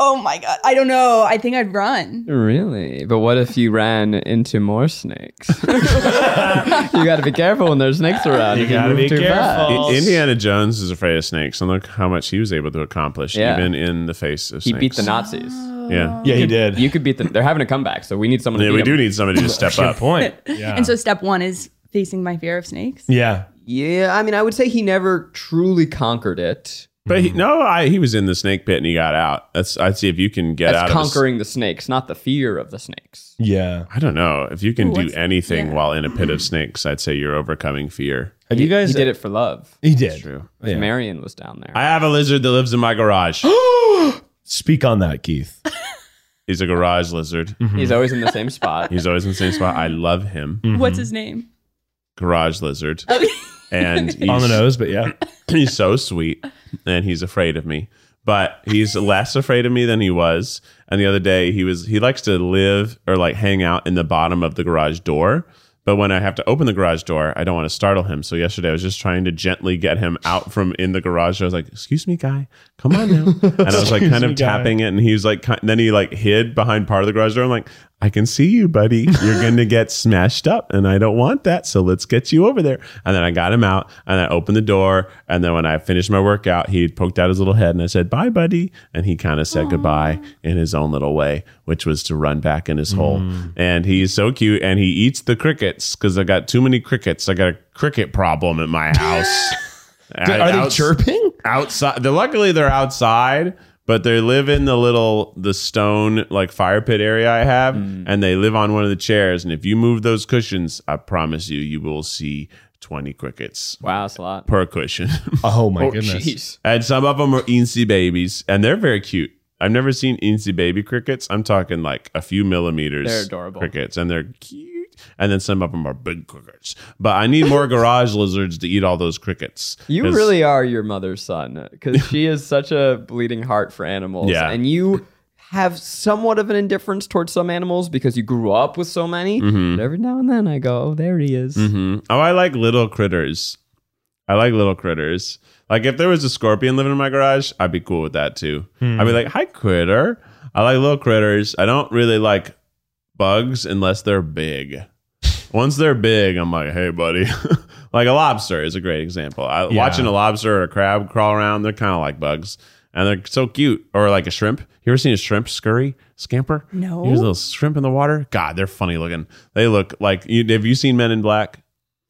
Speaker 1: Oh my god. I don't know. I think I'd run.
Speaker 4: Really? But what if you ran into more snakes? you got to be careful when there's snakes around.
Speaker 3: You
Speaker 4: if
Speaker 3: gotta
Speaker 4: move
Speaker 3: be
Speaker 4: too fast.
Speaker 3: careful.
Speaker 2: I- Indiana Jones is afraid of snakes, and look how much he was able to accomplish,
Speaker 4: Yeah.
Speaker 2: even in the face of
Speaker 4: He
Speaker 2: snakes.
Speaker 4: beat the Nazis.
Speaker 2: Yeah,
Speaker 3: yeah, he did.
Speaker 4: You could beat them. They're having a comeback, so we need someone.
Speaker 2: yeah.
Speaker 4: to
Speaker 2: We
Speaker 4: beat
Speaker 2: do
Speaker 4: them.
Speaker 2: need somebody to step
Speaker 3: Good
Speaker 2: up.
Speaker 3: point. Yeah.
Speaker 1: And so step one is facing my fear of snakes.
Speaker 3: yeah.
Speaker 4: Yeah, I mean, I would say he never truly conquered it.
Speaker 2: But he, no, I, he was in the snake pit and he got out. That's I'd see if you can get out.
Speaker 4: That's
Speaker 2: Of
Speaker 4: conquering the snakes, not the fear of the snakes.
Speaker 3: Yeah.
Speaker 2: I I don't know if you can do
Speaker 1: what's-
Speaker 2: anything
Speaker 1: yeah.
Speaker 2: while in a pit of snakes. I'd say you're overcoming fear.
Speaker 3: Have you guys?
Speaker 4: He did it for love.
Speaker 3: He did.
Speaker 2: True.
Speaker 3: Yeah.
Speaker 4: Marion was down there.
Speaker 2: I have a lizard that lives in my garage.
Speaker 3: Speak on that, Keith.
Speaker 2: He's a garage lizard.
Speaker 4: He's always in the same spot.
Speaker 2: He's always in the same spot. I love him.
Speaker 1: What's
Speaker 2: Mm-hmm.
Speaker 1: his name?
Speaker 2: Garage lizard. And he's,
Speaker 3: on the nose, but yeah.
Speaker 2: he's so sweet and he's afraid of me but he's less afraid of me than he was and the other day he was he likes to live or like hang out in the bottom of the garage door but when i have to open the garage door i don't want to startle him so yesterday i was just trying to gently get him out from in the garage i was like excuse me guy come on now and i was like kind of
Speaker 3: me, guy.
Speaker 2: tapping it and he was like ki- then he like hid behind part of the garage door i'm like i can see you buddy you're gonna get smashed up and i don't want that so let's get you over there and then i got him out and i opened the door and then when i finished my workout he poked out his little head and i said bye buddy and he kind of said goodbye in his own little way which was to run back in his hole
Speaker 3: Hmm.
Speaker 2: and he's so cute and he eats the crickets because i got too many crickets i got a cricket problem at my house I-
Speaker 3: Are they
Speaker 2: outs-
Speaker 3: chirping?
Speaker 2: outside. They're, luckily, they're outside, but they live in the little the stone like fire pit area I have,
Speaker 4: Mm.
Speaker 2: and they live on one of the chairs. And if you move those cushions, I promise you, you will see twenty crickets
Speaker 4: Wow, that's a lot.
Speaker 2: per cushion.
Speaker 3: Oh my
Speaker 4: Oh,
Speaker 3: goodness.
Speaker 4: jeez.
Speaker 2: and some of them are Incy babies, and they're very cute. I've never seen Incy baby crickets. I'm talking like a few millimeters.
Speaker 4: They're adorable.
Speaker 2: crickets, and they're cute. And then some of them are big crickets. But I need more garage lizards to eat all those crickets.
Speaker 4: You
Speaker 2: 'Cause-
Speaker 4: really are your mother's son because she is such a bleeding heart for animals.
Speaker 2: Yeah.
Speaker 4: And you have somewhat of an indifference towards some animals because you grew up with so many.
Speaker 2: Mm. Mm-hmm.
Speaker 4: But every now and then I go, oh, there he is.
Speaker 2: hmm Oh, I like little critters. I like little critters. Like if there was a scorpion living in my garage, I'd be cool with that too. I'd be like, "Hi, critter." I like little critters. I don't really like bugs unless they're big. Once they're big, I'm like, "Hey, buddy." like a lobster is a great example. I,
Speaker 3: Yeah.
Speaker 2: Watching a lobster or a crab crawl around, they're kind of like bugs, and they're so cute. Or like a shrimp. You ever seen a shrimp scurry, scamper?
Speaker 1: No.
Speaker 2: Here's a little shrimp in the water. God, they're funny looking. They look like. You, have you seen Men in Black?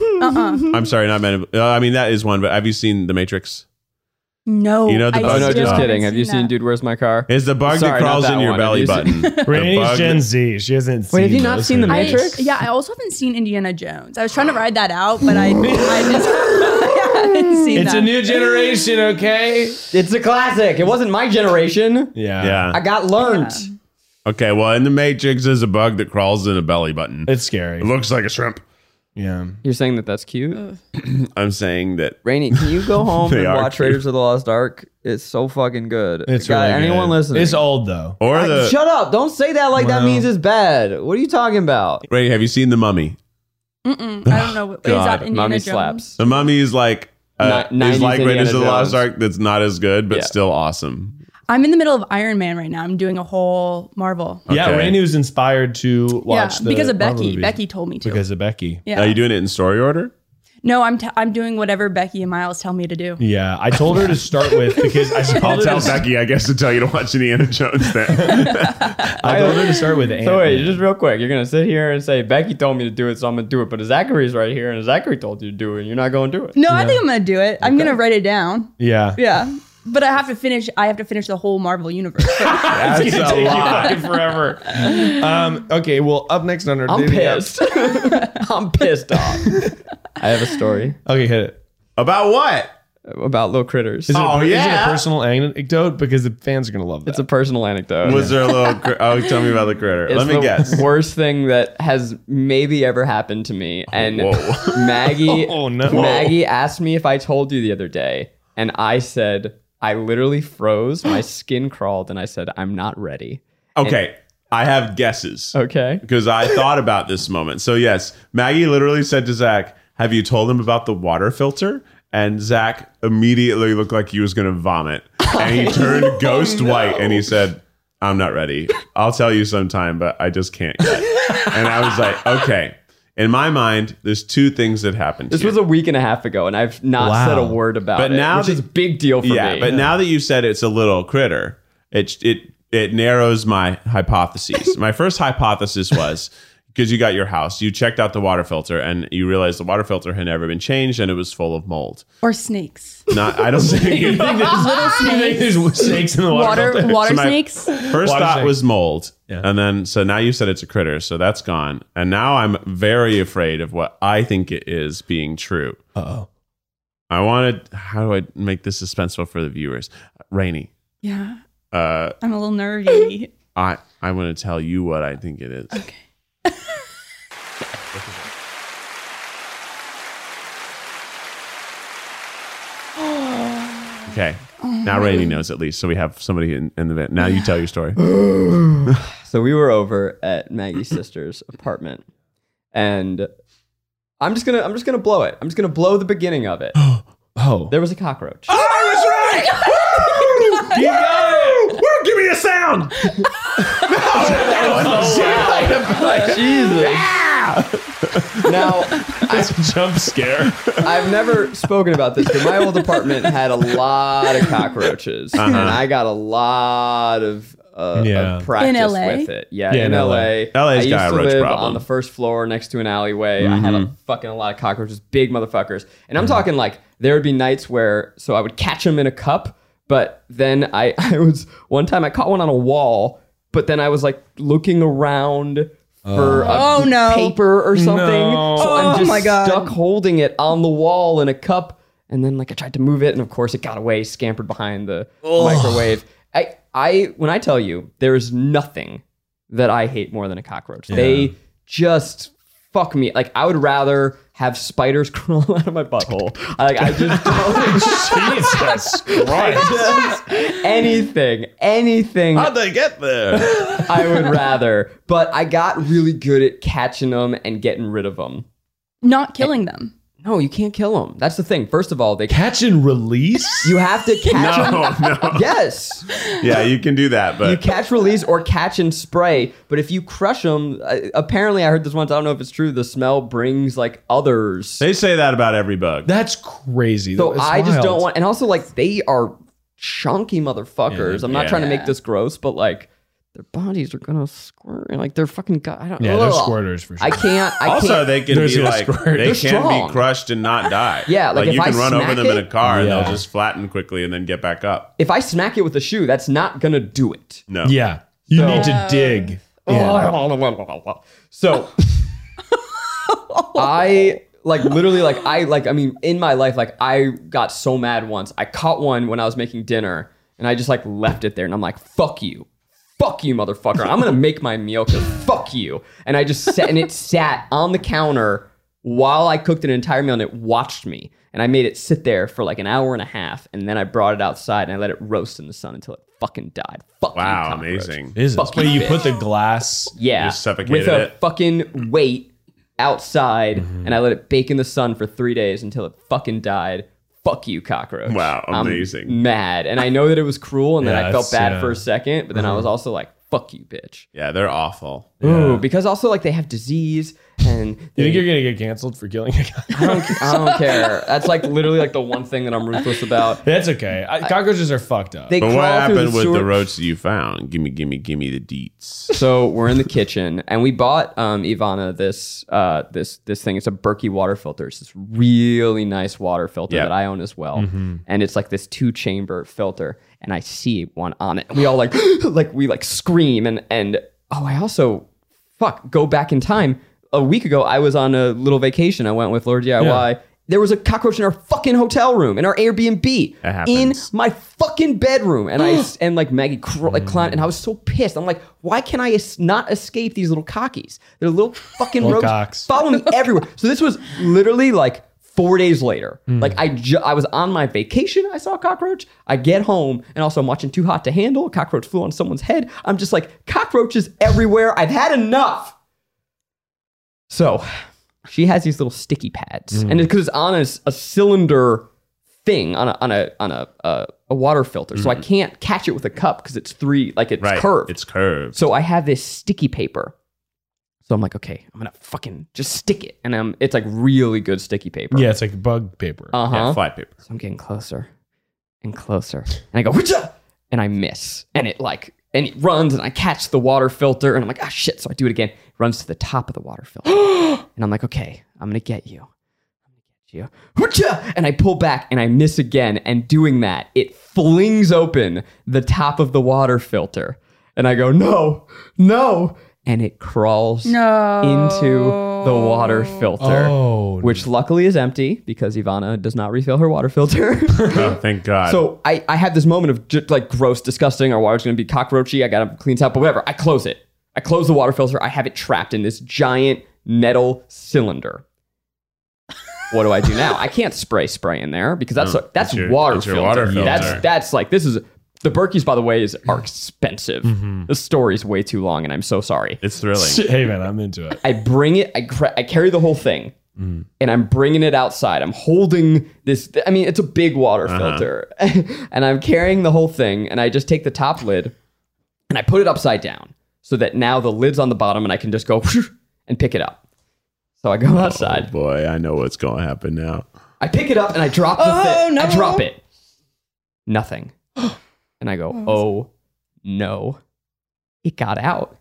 Speaker 1: Uh-uh.
Speaker 2: I'm sorry, not Men. In, uh, I mean, that is one. But have you seen The Matrix?
Speaker 1: No.
Speaker 2: You know the
Speaker 1: I
Speaker 2: bug-
Speaker 4: Oh, no,
Speaker 1: still
Speaker 4: just
Speaker 2: Yeah.
Speaker 1: haven't
Speaker 4: kidding. Have you seen
Speaker 1: that.
Speaker 4: Dude, Where's My Car?
Speaker 2: It's the bug
Speaker 4: Sorry,
Speaker 2: that
Speaker 4: not
Speaker 2: crails
Speaker 4: that
Speaker 2: in your
Speaker 4: one.
Speaker 2: belly
Speaker 4: Have you
Speaker 2: button.
Speaker 4: seen-
Speaker 2: The
Speaker 3: Rainey's
Speaker 2: bug-
Speaker 3: Gen Z. She hasn't.
Speaker 4: Wait, have
Speaker 3: seen
Speaker 4: you not
Speaker 3: those
Speaker 4: seen The
Speaker 3: things.
Speaker 1: I,
Speaker 4: Matrix?
Speaker 1: yeah, I also haven't seen Indiana Jones. I was trying to ride that out, but I, I just I haven't seen
Speaker 3: It's
Speaker 1: that.
Speaker 3: a new generation, okay?
Speaker 4: It's a classic. It wasn't my generation.
Speaker 3: Yeah.
Speaker 2: Yeah.
Speaker 4: I got learned.
Speaker 2: Okay, well, in the Matrix, there's a bug that crawls in a belly button.
Speaker 3: It's scary.
Speaker 2: It looks like a shrimp.
Speaker 3: Yeah.
Speaker 4: You're saying that that's cute?
Speaker 2: I'm saying that
Speaker 4: Rainy, can you go home
Speaker 2: They
Speaker 4: and
Speaker 2: are
Speaker 4: watch
Speaker 2: cute.
Speaker 4: Raiders of the Lost Ark? It's so fucking good.
Speaker 3: It's
Speaker 4: God,
Speaker 3: really
Speaker 4: anyone
Speaker 3: good.
Speaker 4: listening.
Speaker 3: It's old though.
Speaker 2: or
Speaker 4: I-
Speaker 2: the
Speaker 4: shut up. Don't say that like that
Speaker 3: Well.
Speaker 4: means it's bad. What are you talking about?
Speaker 2: Ray, have you seen the mummy?
Speaker 1: Mm-mm, I don't know. What, is
Speaker 2: God,
Speaker 1: that Indiana
Speaker 4: Mommy
Speaker 1: Jones?
Speaker 4: slaps.
Speaker 2: The mummy is like uh,
Speaker 4: Ni-
Speaker 2: is
Speaker 4: 90s
Speaker 2: like Raiders of the
Speaker 4: Indiana
Speaker 2: Lost
Speaker 4: Jones.
Speaker 2: Ark. That's not as good, but
Speaker 4: Yeah.
Speaker 2: still awesome.
Speaker 1: I'm in the middle of Iron Man right now. I'm doing a whole Marvel.
Speaker 3: Yeah,
Speaker 2: Oh, Okay.
Speaker 3: Rainy was inspired to watch
Speaker 1: yeah,
Speaker 3: the
Speaker 1: because of
Speaker 3: Marvel
Speaker 1: Becky.
Speaker 3: movies.
Speaker 1: Becky told me to.
Speaker 3: Because of Becky.
Speaker 1: yeah.
Speaker 2: Are Oh, you doing it in story order?
Speaker 1: no, I'm t- I'm doing whatever Becky and Miles tell me to do.
Speaker 3: Yeah, I told her to start with because I
Speaker 2: I'll
Speaker 3: told her,
Speaker 2: tell
Speaker 3: to,
Speaker 2: Becky, I guess, to tell you to watch Indiana Jones. Then
Speaker 3: I told her to start with Ant.
Speaker 4: So wait, just real quick, you're gonna sit here and say Becky told me to do it, so I'm gonna do it. But Zachary's right here, and Zachary told you to do it, and you're not gonna do it.
Speaker 1: No, I think I'm gonna do it. I'm gonna write it down.
Speaker 3: yeah.
Speaker 1: Yeah, but I have to finish. I have to finish the whole Marvel universe.
Speaker 2: that's a lot.
Speaker 3: Fucking forever. Um, okay, well, up next on our
Speaker 4: I'm
Speaker 3: dating app-
Speaker 4: pissed. I'm pissed off. I have a story
Speaker 3: Okay, hit it.
Speaker 2: About what?
Speaker 4: about little critters.
Speaker 3: Is it,
Speaker 2: Oh,
Speaker 3: is it
Speaker 2: yeah.
Speaker 3: a personal anecdote? Because the fans are gonna love that.
Speaker 4: It's a personal anecdote.
Speaker 2: Was there a little? Cr- oh, tell me about the critter.
Speaker 4: It's
Speaker 2: Let me
Speaker 4: the
Speaker 2: guess.
Speaker 4: Worst thing that has maybe ever happened to me, and
Speaker 2: Oh, whoa.
Speaker 4: Maggie.
Speaker 3: Oh, no.
Speaker 4: Maggie asked me if I told you the other day, and I said I literally froze. My skin crawled, and I said I'm not ready.
Speaker 2: Okay, I have guesses
Speaker 4: Okay.
Speaker 2: because I thought about this moment. So yes, Maggie literally said to Zach, "Have you told him about the water filter?" And Zach immediately looked like he was going to vomit, and
Speaker 4: Oh,
Speaker 2: he turned ghost white, and he said. I'm not ready. I'll tell you sometime, but I just can't yet. and I was like, okay. In my mind, there's two things that happened.
Speaker 4: This
Speaker 2: here.
Speaker 4: was a week and a half ago, and I've not
Speaker 3: Wow.
Speaker 4: said a word about
Speaker 2: But
Speaker 4: it.
Speaker 2: now
Speaker 4: which
Speaker 2: that-
Speaker 4: is a big deal for
Speaker 2: yeah,
Speaker 4: me.
Speaker 2: but now that you said it's a little critter, it it it narrows my hypotheses. my first hypothesis was because you got your house, you checked out the water filter, and you realized the water filter had never been changed, and it was full of mold.
Speaker 1: or snakes,
Speaker 2: Not, I don't think. you think
Speaker 1: little snakes,
Speaker 3: There's snakes in the water.
Speaker 1: water water
Speaker 2: So my-
Speaker 1: snakes.
Speaker 2: First
Speaker 3: Water
Speaker 2: thought
Speaker 3: snake.
Speaker 2: was mold,
Speaker 3: Yeah.
Speaker 2: and then so now you said it's a critter, so that's gone, and now I'm very afraid of what I think it is being true.
Speaker 3: Uh-oh.
Speaker 2: I wanted. How do I make this suspenseful for the viewers? Rainy.
Speaker 1: Yeah,
Speaker 2: Uh,
Speaker 1: I'm a little nerdy.
Speaker 2: I I'm going to tell you what I think it is.
Speaker 1: Okay.
Speaker 2: Okay. Now Rainey knows at least, so we have somebody in, in the van. Now you tell your story.
Speaker 4: so we were over at Maggie's sister's apartment, and I'm just gonna I'm just gonna blow it. I'm just gonna blow the beginning of it.
Speaker 3: Oh.
Speaker 4: There was a cockroach.
Speaker 2: Give me a sound.
Speaker 4: Jesus. Now
Speaker 3: That's a jump scare.
Speaker 4: I've never spoken about this, but my old apartment had a lot of cockroaches,
Speaker 2: Uh-huh.
Speaker 4: and I got a lot of. Uh, of
Speaker 3: Yeah.
Speaker 4: practice
Speaker 1: In LA?
Speaker 4: with it. Yeah,
Speaker 3: Yeah,
Speaker 4: in
Speaker 3: in
Speaker 4: LA.
Speaker 2: LA.
Speaker 4: I
Speaker 2: 's
Speaker 4: used
Speaker 2: got a
Speaker 4: to
Speaker 2: roach
Speaker 4: live
Speaker 2: problem. Mm-hmm.
Speaker 4: on the first floor next to an alleyway. I had a fucking a lot of cockroaches, big motherfuckers. And I'm talking like there would be nights where so I would catch them in a cup, but then I I was one time I caught one on a wall, but then I was like looking around for a
Speaker 1: Oh, no.
Speaker 4: paper or something.
Speaker 3: No.
Speaker 4: So
Speaker 1: Oh,
Speaker 4: I'm just
Speaker 1: my God.
Speaker 4: stuck holding it on the wall in a cup. And then like I tried to move it, and of course it got away, scampered behind the microwave. I I when I tell you there is nothing that I hate more than a cockroach. They just fuck me. Like I would rather have spiders crawl out of my butthole. Like I just don't
Speaker 3: Jesus Christ.
Speaker 4: anything, anything.
Speaker 2: How'd they get there?
Speaker 4: I would rather, but I got really good at catching them and getting rid of them.
Speaker 1: Not killing them.
Speaker 4: No, you can't kill them. That's the thing. First of all, they
Speaker 3: Catch and release?
Speaker 4: you have to catch them.
Speaker 2: no, no.
Speaker 4: Yes,
Speaker 2: Yeah, you can do that,
Speaker 4: you
Speaker 2: but
Speaker 4: catch, release, or catch and spray. But if you crush them, apparently I heard this once. I don't know if it's true. The smell brings like others.
Speaker 2: they say that about every bug.
Speaker 3: That's crazy.
Speaker 4: So
Speaker 3: That's
Speaker 4: I just
Speaker 3: wild.
Speaker 4: don't want. And also, like they are chunky motherfuckers. I'm not
Speaker 2: Yeah.
Speaker 4: trying to make this gross, but like their bodies are gonna squirt. Like they're fucking. Gut, I don't.
Speaker 3: Yeah, they're
Speaker 4: Ugh.
Speaker 3: squirters for sure.
Speaker 4: I can't. I
Speaker 2: Also,
Speaker 4: can't.
Speaker 2: they can
Speaker 3: There's
Speaker 2: be
Speaker 3: no
Speaker 2: like
Speaker 3: squirt.
Speaker 2: they
Speaker 4: They're
Speaker 2: can
Speaker 4: strong.
Speaker 2: be crushed and not die.
Speaker 4: Yeah, like, if
Speaker 2: you
Speaker 4: I
Speaker 2: can run over
Speaker 4: smack
Speaker 2: them in a
Speaker 4: it-
Speaker 2: car and
Speaker 3: Yeah.
Speaker 2: they'll just flatten quickly and then get back up.
Speaker 4: if I smack it with a shoe, that's not gonna do it.
Speaker 2: No.
Speaker 3: Yeah. You
Speaker 4: So-
Speaker 3: need to dig. Yeah.
Speaker 4: So I like literally like I like I mean in my life like I got so mad once. I caught one when I was making dinner and I just like left it there and I'm like fuck you. fuck you, motherfucker. I'm gonna make my meal because fuck you. And I just sat and it sat on the counter while I cooked an entire meal and it watched me. And I made it sit there for like an hour and a half, and then I brought it outside and I let it roast in the sun until it fucking died. Fuck you,
Speaker 2: Wow,
Speaker 4: cockroach.
Speaker 2: amazing.
Speaker 3: Is this
Speaker 4: Fucking
Speaker 3: where you
Speaker 4: bitch.
Speaker 3: put the glass?
Speaker 4: Yeah,
Speaker 2: just suffocated
Speaker 4: with a
Speaker 2: it.
Speaker 4: fucking weight outside, and I let it bake in the sun for three days until it fucking died. Fuck you, cockroach!
Speaker 2: Wow,
Speaker 4: I'm
Speaker 2: amazing.
Speaker 4: mad, and I know that it was cruel, and then
Speaker 3: Yeah,
Speaker 4: I felt
Speaker 3: it's,
Speaker 4: bad
Speaker 3: yeah.
Speaker 4: for a second, but then I was also like, "Fuck you, bitch!"
Speaker 2: Yeah, they're awful.
Speaker 4: Ooh, because also like they have disease, and
Speaker 3: You
Speaker 4: they-
Speaker 3: think you're gonna get canceled for killing a guy?
Speaker 4: I, don't, I don't care. That's like literally like the one thing that I'm ruthless about.
Speaker 3: That's okay. I, cockroaches are fucked up.
Speaker 4: They
Speaker 2: But
Speaker 4: crawl
Speaker 2: what
Speaker 4: through
Speaker 2: happened
Speaker 4: the
Speaker 2: with
Speaker 4: sewer-
Speaker 2: the roach that you found? Gimme, gimme, gimme the deets.
Speaker 4: So we're in the kitchen, and we bought um, Ivana this uh, this this thing. It's a Berkey water filter. It's this really nice water filter
Speaker 2: Yeah.
Speaker 4: that I own as well, and it's like this two chamber filter. And I see one on it, and we all like like we like scream and and oh, I also fuck go back in time. A week ago, I was on a little vacation. I went with Lord DIY. There was a cockroach in our fucking hotel room, in our Airbnb,
Speaker 2: That happens.
Speaker 4: in my fucking bedroom and I and like Maggie cr- like climbed and I was so pissed. I'm like, why can I es- not escape these little cockies? They're little fucking
Speaker 3: Little
Speaker 4: rogues
Speaker 3: cocks.
Speaker 4: follow me everywhere. So this was literally like four days later. Like I ju- I was on my vacation. I saw a cockroach. I get home and also I'm watching Too Hot to Handle. A cockroach flew on someone's head. I'm just like cockroaches everywhere. I've had enough. So she has these little sticky pads,
Speaker 2: Mm.
Speaker 4: and because it's on a, s- a cylinder thing on a on a on a uh, a water filter, so I can't catch it with a cup because it's three like it's
Speaker 2: Mm. Right.
Speaker 4: curved.
Speaker 2: It's curved.
Speaker 4: so I have this sticky paper. So I'm like, okay, I'm gonna fucking just stick it, and um, it's like really good sticky paper.
Speaker 3: yeah, it's like bug paper.
Speaker 4: Uh huh.
Speaker 2: Yeah, fly paper.
Speaker 4: So I'm getting closer and closer. And I go, Witcha! and I miss. And it like, and it runs and I catch the water filter and I'm like, ah, shit. So I do it again. It runs to the top of the water filter. and I'm like, okay, I'm going to get you. I'm going to get you. Witcha! And I pull back and I miss again. And doing that, it flings open the top of the water filter. And I go, no, no. And it crawls
Speaker 1: No.
Speaker 4: into the water filter
Speaker 3: oh,
Speaker 4: which luckily is empty because Ivana does not refill her water filter.
Speaker 2: Oh, thank God.
Speaker 4: so I, I have this moment of just like gross, disgusting. Our water's going to be cockroachy. I got to clean it out, but whatever. I close it. I close the water filter. I have it trapped in this giant metal cylinder. What do I do now? I can't spray spray in there because that's
Speaker 2: No,
Speaker 4: that's
Speaker 2: Oh, it's your-
Speaker 4: water,
Speaker 2: it's your
Speaker 4: filter.
Speaker 2: water filter.
Speaker 4: That's that's like this is the Berkeys. By the way, is are expensive.
Speaker 2: Mm-hmm.
Speaker 4: The story's way too long, and I'm so sorry.
Speaker 2: it's thrilling.
Speaker 3: hey man, I'm into it.
Speaker 4: I bring it. I cra- I carry the whole thing, and I'm bringing it outside. I'm holding this. I mean, it's a big water filter, and I'm carrying the whole thing. And I just take the top lid, and I put it upside down, so that now the lid's on the bottom, and I can just go and pick it up. So I go outside.
Speaker 2: Oh, Boy, I know what's going to happen now.
Speaker 4: I pick it up and I drop the
Speaker 1: Oh,
Speaker 4: thing.
Speaker 1: no.
Speaker 4: I drop it. Nothing. and I go, oh no. It got out.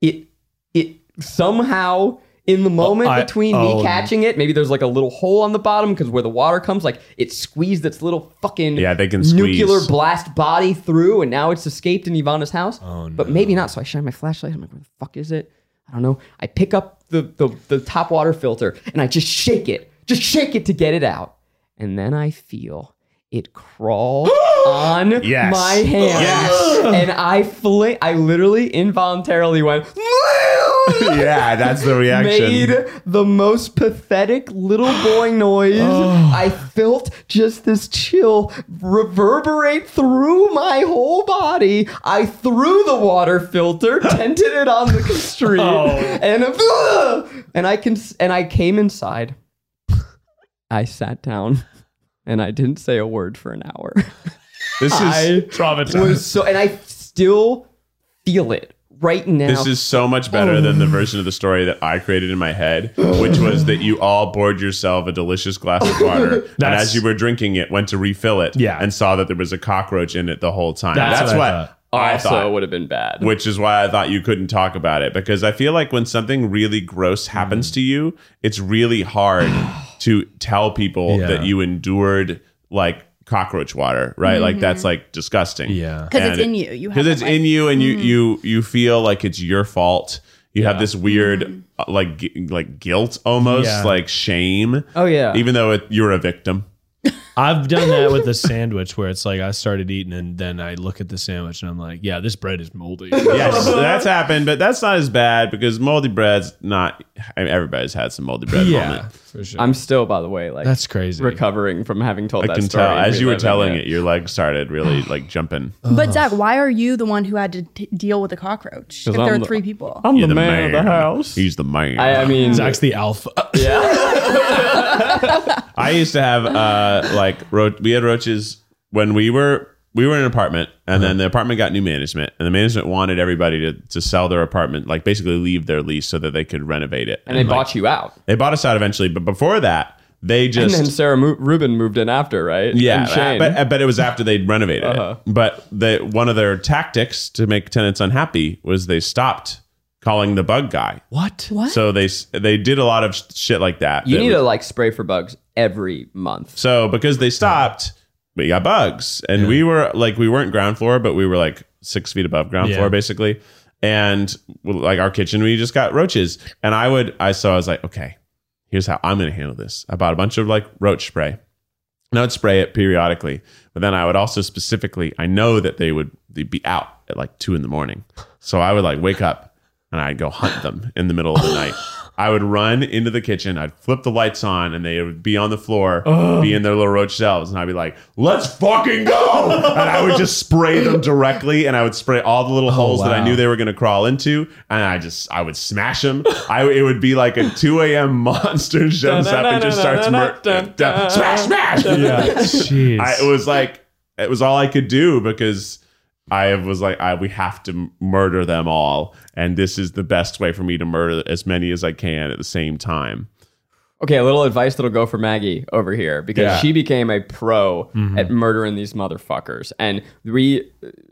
Speaker 4: It it somehow in the moment
Speaker 3: I-
Speaker 4: between
Speaker 3: oh.
Speaker 4: me catching it, maybe there's like a little hole on the bottom because where the water comes, like it squeezed its little fucking
Speaker 2: Yeah, they can
Speaker 4: nuclear
Speaker 2: squeeze.
Speaker 4: blast body through, and now it's escaped in Ivana's house.
Speaker 3: Oh,
Speaker 4: But maybe not. So I shine my flashlight. I'm like, where the fuck is it? I don't know. I pick up the, the, the top water filter and I just shake it, just shake it to get it out. And then I feel it crawl on
Speaker 2: Yes.
Speaker 4: my hand. And I fling, I literally involuntarily went,
Speaker 2: yeah, that's the reaction.
Speaker 4: made the most pathetic little boy noise.
Speaker 2: Oh.
Speaker 4: I felt just this chill reverberate through my whole body. I threw the water filter, tented it on the street,
Speaker 2: Oh.
Speaker 4: and uh, and I can and I came inside. I sat down. And I didn't say a word for an hour.
Speaker 2: this is
Speaker 4: I was so, and I still feel it right now.
Speaker 2: This is so much better than the version of the story that I created in my head, which was that you all poured yourself a delicious glass of water, and
Speaker 3: That's-
Speaker 2: as you were drinking it, went to refill it,
Speaker 3: Yeah.
Speaker 2: and saw that there was a cockroach in it the whole time.
Speaker 3: That's
Speaker 2: That's,
Speaker 3: what I
Speaker 2: what, I, thought.
Speaker 4: would have been bad.
Speaker 2: Which is why I thought you couldn't talk about it because I feel like when something really gross
Speaker 3: Mm.
Speaker 2: happens to you, it's really hard to tell people
Speaker 3: Yeah.
Speaker 2: that you endured like cockroach water, right? Like that's like disgusting
Speaker 3: Mm-hmm. Yeah.
Speaker 1: Because it's
Speaker 2: And
Speaker 1: in you. You have mm.
Speaker 2: because it's in you and you you you feel like it's your fault you have this weird
Speaker 1: Mm-hmm.
Speaker 2: uh, like gu- like guilt almost
Speaker 3: Yeah.
Speaker 2: like shame
Speaker 4: Oh, yeah.
Speaker 2: even though it, you're a victim
Speaker 3: I've done that with a sandwich where it's like I started eating and then I look at the sandwich and I'm like, yeah, this bread is moldy.
Speaker 2: Yes, that's happened, but that's not as bad because moldy bread's not. I mean, everybody's had some moldy bread
Speaker 3: yeah,
Speaker 2: moment.
Speaker 3: for sure.
Speaker 4: I'm still, by the way, like
Speaker 3: That's crazy.
Speaker 4: Recovering from having told
Speaker 2: I
Speaker 4: that
Speaker 2: can
Speaker 4: story.
Speaker 2: tell
Speaker 4: and
Speaker 2: as you were
Speaker 4: reliving
Speaker 2: telling it, your legs started really like jumping.
Speaker 1: But Zach, why are you the one who had to t- deal with the cockroach? If there
Speaker 4: I'm
Speaker 1: are
Speaker 4: the-
Speaker 1: three people,
Speaker 4: I'm
Speaker 2: You're
Speaker 4: the man, of the house.
Speaker 2: He's the man.
Speaker 4: I, I mean,
Speaker 3: Zach's the alpha.
Speaker 2: I used to have uh like ro- we had roaches when we were we were in an apartment and
Speaker 4: Uh-huh.
Speaker 2: then the apartment got new management and the management wanted everybody to, to sell their apartment like basically leave their lease so that they could renovate it
Speaker 4: and they bought you out.
Speaker 2: they bought us out eventually but before that they
Speaker 4: And
Speaker 2: just
Speaker 4: then Sarah Mo- Rubin moved in after, right?
Speaker 2: yeah uh,
Speaker 4: And Shane.
Speaker 2: but but it was after they'd renovated
Speaker 4: Uh-huh.
Speaker 2: it but the one of their tactics to make tenants unhappy was they stopped calling the bug guy
Speaker 3: what?
Speaker 1: what?
Speaker 2: so they s- they did a lot of sh- shit like that
Speaker 4: you
Speaker 2: that
Speaker 4: need
Speaker 2: was-
Speaker 4: to like spray for bugs every month.
Speaker 2: So because they stopped, we got bugs, and we were like we weren't ground floor, but we were like six feet above ground
Speaker 3: Yeah.
Speaker 2: floor basically, and well, like our kitchen, we just got roaches, and I would I so I was like, okay, here's how I'm gonna handle this. I bought a bunch of like roach spray. And I would spray it periodically, but then I would also specifically, I know that they would they'd be out at like two in the morning. So I would like wake up and I'd go hunt them in the middle of the night. I would run into the kitchen, I'd flip the lights on, and they would be on the floor, be in their little roach shelves. And I'd be like, let's fucking go. and I would just spray them directly, and I would spray all the little holes that I
Speaker 3: wow.
Speaker 2: knew they were going to crawl into. And I just, I would smash them. I, it would be like a 2 a.m. monster shows up and just starts mur- smash, smash.
Speaker 3: Yeah. Jeez.
Speaker 2: I, it was like it was all I could do because I was like, I, we have to m- murder them all, and this is the best way for me to murder as many as I can at the same time.
Speaker 4: Okay, a little advice that'll go for Maggie over here because
Speaker 2: Yeah. Mm-hmm.
Speaker 4: she became a pro at murdering these motherfuckers. And we,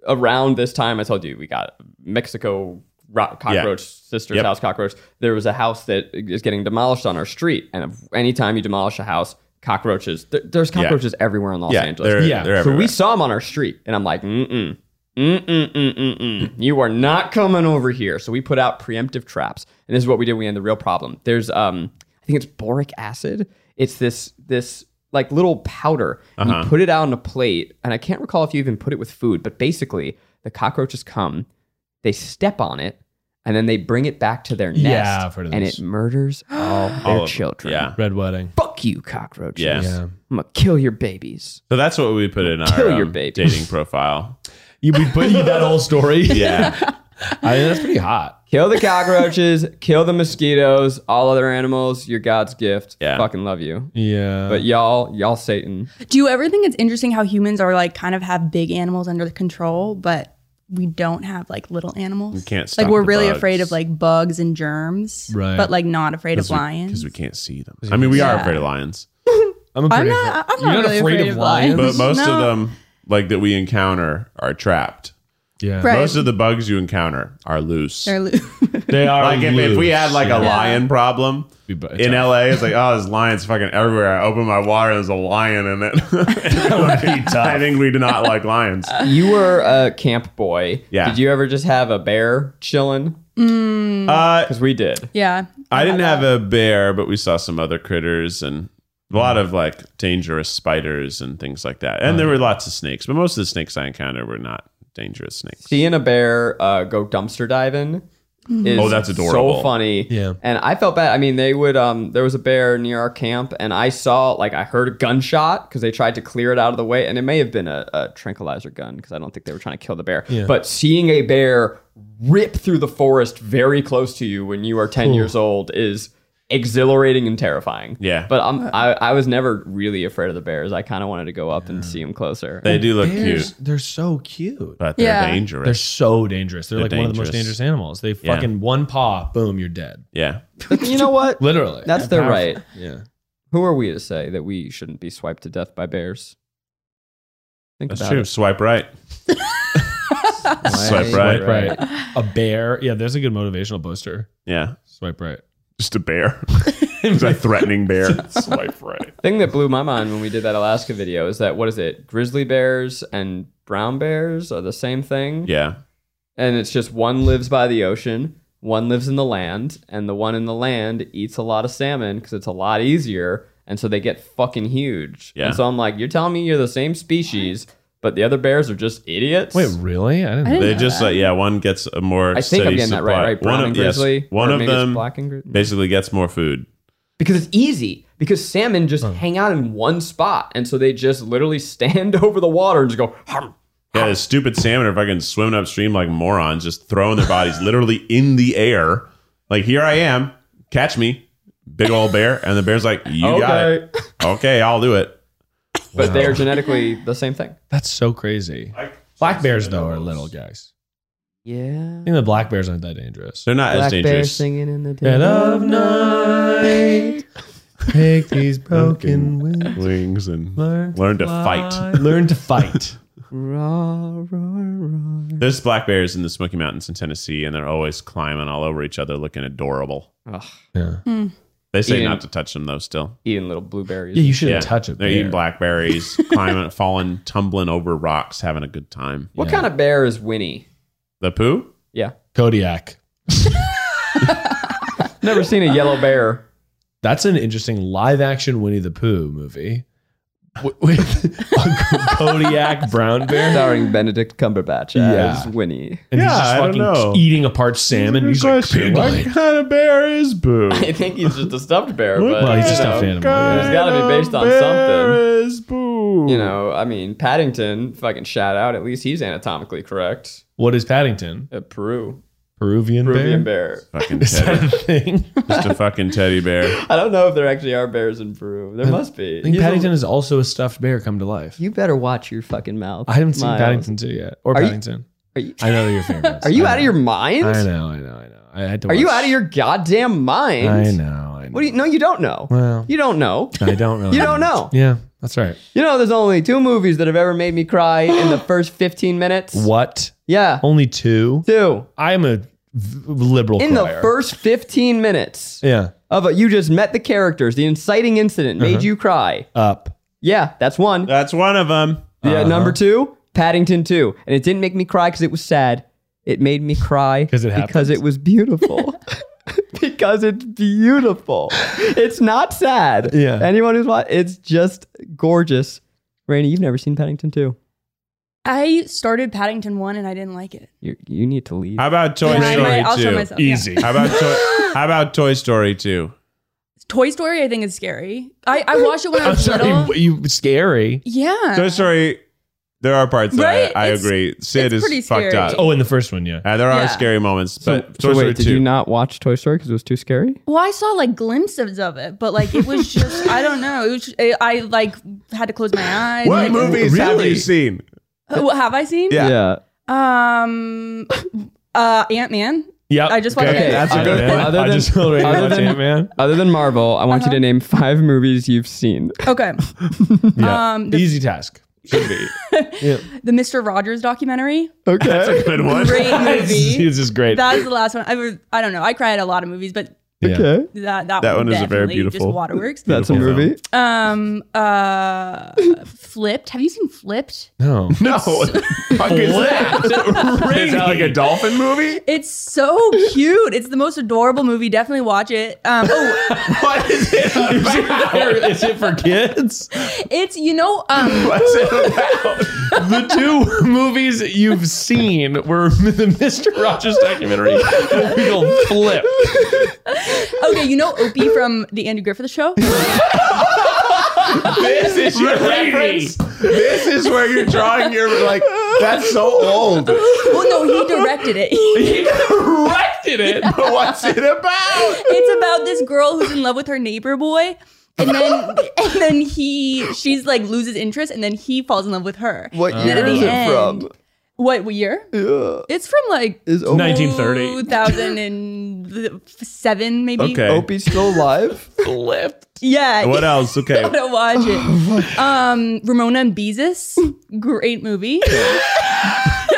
Speaker 4: around this time, I told you, we got Mexico rock, cockroach, sister's
Speaker 2: Yep.
Speaker 4: house cockroach. There was a house that is getting demolished on our street. And anytime you demolish a house, cockroaches, there, there's cockroaches everywhere in Los
Speaker 2: yeah,
Speaker 4: Angeles.
Speaker 2: they're,
Speaker 3: Yeah.
Speaker 2: they're
Speaker 4: So
Speaker 2: everywhere.
Speaker 4: we saw him on our street, and I'm like, mm mm. Mm mm mm mm mm. You are not coming over here. So we put out preemptive traps, and this is what we did. when We had the real problem. There's um, I think it's boric acid. It's this this like little powder. and
Speaker 3: Uh-huh.
Speaker 4: You put it out on a plate, and I can't recall if you even put it with food, but basically the cockroaches come, they step on it, and then they bring it back to their nest,
Speaker 3: Yeah, I've heard of
Speaker 4: and
Speaker 3: this.
Speaker 4: it murders all their
Speaker 2: All of them.
Speaker 4: children.
Speaker 2: Yeah.
Speaker 3: Red wedding.
Speaker 4: Fuck you, cockroaches.
Speaker 2: Yeah.
Speaker 3: Yeah.
Speaker 4: I'm gonna kill your babies.
Speaker 2: So that's what we put in our
Speaker 4: Kill your
Speaker 2: um,
Speaker 4: baby.
Speaker 2: dating profile.
Speaker 3: You we put you that whole story.
Speaker 2: Yeah,
Speaker 3: I mean, that's pretty hot.
Speaker 4: Kill the cockroaches, kill the mosquitoes, all other animals. You're God's gift.
Speaker 2: Yeah.
Speaker 4: Fucking love you.
Speaker 3: Yeah.
Speaker 4: But y'all, y'all Satan.
Speaker 1: Do you ever think it's interesting how humans are like kind of have big animals under control, but we don't have like little animals? We
Speaker 2: can't stop
Speaker 1: Like we're
Speaker 2: the
Speaker 1: really
Speaker 2: bugs.
Speaker 1: afraid of like bugs and germs,
Speaker 3: Right.
Speaker 1: But like not afraid of
Speaker 2: because
Speaker 1: lions.
Speaker 2: we can't see them. I mean, we are afraid of lions,
Speaker 3: I'm, a
Speaker 1: I'm
Speaker 3: pretty
Speaker 1: not. I'm
Speaker 3: You're
Speaker 1: not, really afraid, of lions.
Speaker 2: but most
Speaker 1: No.
Speaker 2: of them, like that we encounter, are trapped.
Speaker 3: Yeah.
Speaker 1: Right.
Speaker 2: Most of the bugs you encounter are loose.
Speaker 1: They're lo-
Speaker 3: They are
Speaker 2: like if, if we had like a lion problem
Speaker 3: Be bu-
Speaker 2: in LA, it's like oh, there's lions fucking everywhere. I open my water, there's a lion in it. I think we do not like lions.
Speaker 4: You were a camp boy.
Speaker 2: Yeah.
Speaker 4: Did you ever just have a bear chilling?
Speaker 2: Uh,
Speaker 4: Because we did.
Speaker 1: yeah.
Speaker 2: I didn't have a bear, but we saw some other critters and a lot of like dangerous spiders and things like that. And there were lots of snakes, but most of the snakes I encountered were not dangerous snakes.
Speaker 4: Seeing a bear uh, go dumpster diving. Is
Speaker 2: Oh, that's adorable.
Speaker 4: So funny.
Speaker 3: Yeah.
Speaker 4: And I felt bad. I mean, they would. Um, there was a bear near our camp, and I saw like I heard a gunshot because they tried to clear it out of the way, and it may have been a, a tranquilizer gun because I don't think they were trying to kill the bear. But seeing a bear rip through the forest very close to you when you are ten years old is exhilarating and terrifying.
Speaker 2: Yeah.
Speaker 4: But I'm, I I was never really afraid of the bears. I kind of wanted to go up and see them closer.
Speaker 2: They do look
Speaker 3: Bears,
Speaker 2: cute,
Speaker 3: they're so cute.
Speaker 2: but they're
Speaker 1: Yeah.
Speaker 2: dangerous.
Speaker 3: They're so dangerous. They're, like one of the most
Speaker 2: dangerous.
Speaker 3: dangerous animals. They
Speaker 2: Yeah.
Speaker 3: fucking one paw, boom, you're dead.
Speaker 2: yeah.
Speaker 4: you know what?
Speaker 3: Literally.
Speaker 4: That's their
Speaker 3: powerful.
Speaker 4: right.
Speaker 3: Yeah.
Speaker 4: Who are we to say that we shouldn't be swiped to death by bears? Think
Speaker 2: That's
Speaker 4: about
Speaker 2: true.
Speaker 4: it.
Speaker 2: Swipe right. Swipe right.
Speaker 3: Swipe right. A bear. Yeah, there's a good motivational poster.
Speaker 2: Yeah.
Speaker 3: Swipe right.
Speaker 2: Just a bear. It's a threatening bear. Swipe right.
Speaker 4: Thing that blew my mind when we did that Alaska video is that what is it? Grizzly bears and brown bears are the same thing.
Speaker 2: Yeah.
Speaker 4: And it's just one lives by the ocean, one lives in the land, and the one in the land eats a lot of salmon because it's a lot easier. and so they get fucking huge.
Speaker 2: Yeah.
Speaker 4: And so I'm like, you're telling me you're the same species, but the other bears are just idiots?
Speaker 3: Wait, really? I didn't.
Speaker 1: I didn't
Speaker 2: They
Speaker 1: know
Speaker 2: just
Speaker 1: that.
Speaker 2: like yeah, one gets a more.
Speaker 4: I think I'm
Speaker 2: steady
Speaker 4: getting that right,
Speaker 2: supply.
Speaker 4: right? Brown
Speaker 2: one of
Speaker 4: and
Speaker 2: yes,
Speaker 4: grizzly.
Speaker 2: one
Speaker 4: Or
Speaker 2: of
Speaker 4: maybe it's
Speaker 2: them
Speaker 4: black and gri-
Speaker 2: basically gets more food.
Speaker 4: because it's easy because salmon just hang out in one spot and so they just literally stand over the water and just go "Hum."
Speaker 2: Yeah, the stupid salmon are fucking swimming upstream like morons, just throwing their bodies literally in the air. Like here I am, catch me, big old bear, and the bear's like, you got it. Okay, I'll do it.
Speaker 4: but they're genetically the same thing
Speaker 3: That's so crazy. Black bears though are little guys.
Speaker 4: yeah
Speaker 3: I think the black bears aren't that dangerous.
Speaker 2: They're not as dangerous.
Speaker 4: singing in the
Speaker 3: Dead of night, take these broken wings.
Speaker 2: Wings and
Speaker 3: Learn to,
Speaker 2: learn to fight.
Speaker 3: Learn to fight.
Speaker 2: There's black bears in the Smoky Mountains in Tennessee, and they're always climbing all over each other, looking adorable.
Speaker 3: Yeah,
Speaker 2: They say
Speaker 4: Ian.
Speaker 2: not to touch them though. Still,
Speaker 4: eating little blueberries
Speaker 3: yeah you shouldn't
Speaker 2: yeah,
Speaker 3: touch it.
Speaker 2: They're eating blackberries, climbing, falling, tumbling over rocks, having a good time.
Speaker 4: what kind of bear is winnie
Speaker 2: The poo?
Speaker 4: yeah
Speaker 3: Kodiak.
Speaker 4: never seen a yellow bear
Speaker 3: That's an interesting live action Winnie the Pooh movie with, with a Kodiak brown bear.
Speaker 4: starring benedict cumberbatch as
Speaker 3: Yeah.
Speaker 4: winnie
Speaker 3: And
Speaker 2: Yeah,
Speaker 3: he's just
Speaker 2: I don't
Speaker 3: fucking
Speaker 2: know.
Speaker 3: eating apart salmon. He's like,
Speaker 2: what
Speaker 3: "Piglet."
Speaker 2: kind of bear is poo?
Speaker 4: i think he's just a stuffed bear
Speaker 2: What
Speaker 4: but
Speaker 3: Well, he's
Speaker 4: you
Speaker 3: just a
Speaker 4: know,
Speaker 3: fan. animal, yeah.
Speaker 4: It's gotta be
Speaker 2: kind of
Speaker 4: based on
Speaker 2: bear Is poo?
Speaker 4: you know i mean paddington fucking shout out at least he's anatomically correct
Speaker 3: what is Paddington?
Speaker 4: at peru
Speaker 3: Peruvian,
Speaker 4: peruvian
Speaker 3: bear?
Speaker 4: bear
Speaker 2: fucking
Speaker 3: Is that
Speaker 2: teddy,
Speaker 3: a thing? I
Speaker 2: just a fucking teddy bear.
Speaker 4: I don't know if there actually are bears in Peru. There must be.
Speaker 3: think
Speaker 4: He's
Speaker 3: Paddington is also a stuffed bear come to life.
Speaker 4: a- you better watch your fucking mouth.
Speaker 3: I haven't seen
Speaker 4: Miles.
Speaker 3: Paddington 2 yet. Or
Speaker 4: Are you-
Speaker 3: Paddington.
Speaker 4: Are you,
Speaker 3: I know they're your favorites.
Speaker 4: are you
Speaker 3: I
Speaker 4: out of
Speaker 3: know.
Speaker 4: your mind?
Speaker 3: I know, I know, I know. I had to
Speaker 4: Are you
Speaker 3: watch-
Speaker 4: out of your goddamn mind?
Speaker 3: I know, I know.
Speaker 4: What do you? No, you don't know.
Speaker 3: Well,
Speaker 4: You don't know.
Speaker 3: I don't really
Speaker 4: You don't know.
Speaker 3: Yeah, that's right.
Speaker 4: You know, there's only two movies that have ever made me cry in the first 15 minutes.
Speaker 3: What?
Speaker 4: Yeah,
Speaker 3: Only two?
Speaker 4: two
Speaker 3: I'm a v- liberal
Speaker 4: in the
Speaker 3: crier.
Speaker 4: first 15 minutes
Speaker 3: Yeah.
Speaker 4: of a, you just met the characters. The inciting incident
Speaker 3: Uh-huh.
Speaker 4: made you cry.
Speaker 3: Up.
Speaker 4: Yeah, that's one.
Speaker 2: That's one of them.
Speaker 4: Yeah, number two, Paddington two, and it didn't make me cry because it was sad. It made me cry
Speaker 3: 'Cause it happens.
Speaker 4: because it was beautiful. because it's beautiful. It's not sad.
Speaker 3: Yeah.
Speaker 4: Anyone who's watched, it's just gorgeous. Rainey, you've never seen Paddington two.
Speaker 1: I started Paddington one and I didn't like it.
Speaker 4: You you need to leave.
Speaker 2: How about Toy
Speaker 1: Yeah, I might- I'll show
Speaker 2: Story Two?
Speaker 1: myself, yeah. Easy.
Speaker 2: How about Toy, How about Toy Story Two?
Speaker 1: Toy Story, I think, is scary. I, I watched it when I
Speaker 3: I'm
Speaker 1: was
Speaker 3: sorry.
Speaker 1: little.
Speaker 3: w- You scary.
Speaker 1: Yeah.
Speaker 2: Toy Story. There are parts that
Speaker 1: Uh-huh. Right?
Speaker 2: I, I
Speaker 1: It's-
Speaker 2: agree. Sid
Speaker 1: it's pretty
Speaker 2: is fucked
Speaker 1: scary.
Speaker 2: up.
Speaker 3: Oh, in the first one, yeah.
Speaker 2: Uh, there are
Speaker 1: Yeah.
Speaker 2: scary moments, but Toy
Speaker 4: so wait,
Speaker 2: Story
Speaker 4: did
Speaker 2: 2.
Speaker 4: you not watch Toy Story because it was too scary?
Speaker 1: Well, I saw like glimpses of it, but like it was just I don't know. It was I, I like had to close my eyes.
Speaker 2: what
Speaker 1: Like,
Speaker 2: movies have
Speaker 3: Really?
Speaker 2: you seen?
Speaker 1: uh, What have I seen?
Speaker 2: Yeah.
Speaker 1: Um. Uh. Ant Man.
Speaker 3: Yep.
Speaker 1: I just watched
Speaker 4: Okay,
Speaker 1: it.
Speaker 4: that's a
Speaker 3: Other
Speaker 4: good
Speaker 3: than-
Speaker 4: one. Other
Speaker 3: I
Speaker 4: than-
Speaker 3: just told Rainey
Speaker 4: other
Speaker 3: about
Speaker 4: than-
Speaker 3: Ant-Man.
Speaker 4: Other than Marvel, I want you to name five movies you've seen.
Speaker 1: Okay.
Speaker 3: Yeah.
Speaker 1: Um. The,
Speaker 3: Easy task. Should be. yeah.
Speaker 1: the Mister Rogers documentary.
Speaker 4: Okay.
Speaker 2: Good one.
Speaker 1: Great movie.
Speaker 3: This is great.
Speaker 1: that was the last one. I was, I don't know. I cry at a lot of movies, but
Speaker 3: Yeah.
Speaker 4: Okay.
Speaker 1: that that,
Speaker 2: That one is a very
Speaker 1: definitely
Speaker 2: beautiful-
Speaker 1: Just waterworks.
Speaker 4: That's a
Speaker 2: Beautiful film.
Speaker 4: movie.
Speaker 1: Um. Uh. Flipped. Have you seen Flipped?
Speaker 3: No.
Speaker 2: No. Fuck is that? Is that like a dolphin movie?
Speaker 1: It's so cute. It's the most adorable movie. Definitely watch it. Um, oh,
Speaker 2: What is it about?
Speaker 3: Is it for kids?
Speaker 1: it's you know. Um,
Speaker 2: What's it about?
Speaker 3: The two movies that you've seen were the Mr. Rogers documentary, The Wheel Flip.
Speaker 1: okay, you know Opie from the Andy Griffith Show.
Speaker 2: This is your reference. This is where you're drawing your like. That's so old.
Speaker 1: Well, no, he directed it.
Speaker 3: He directed it.
Speaker 2: But what's it about?
Speaker 1: It's about this girl who's in love with her neighbor boy. And then, and then he, she's like loses interest, and then he falls in love with her.
Speaker 4: What
Speaker 1: And then
Speaker 4: year
Speaker 1: Uh, at the
Speaker 4: is it from?
Speaker 1: What year? It's from like
Speaker 4: Is Opie,
Speaker 3: 1930.
Speaker 1: 2007, maybe.
Speaker 2: Okay.
Speaker 4: Opie still alive?
Speaker 3: Flip.
Speaker 1: Yeah.
Speaker 2: What else? Okay.
Speaker 1: I gotta watch it. Um, Ramona and Beezus, great movie.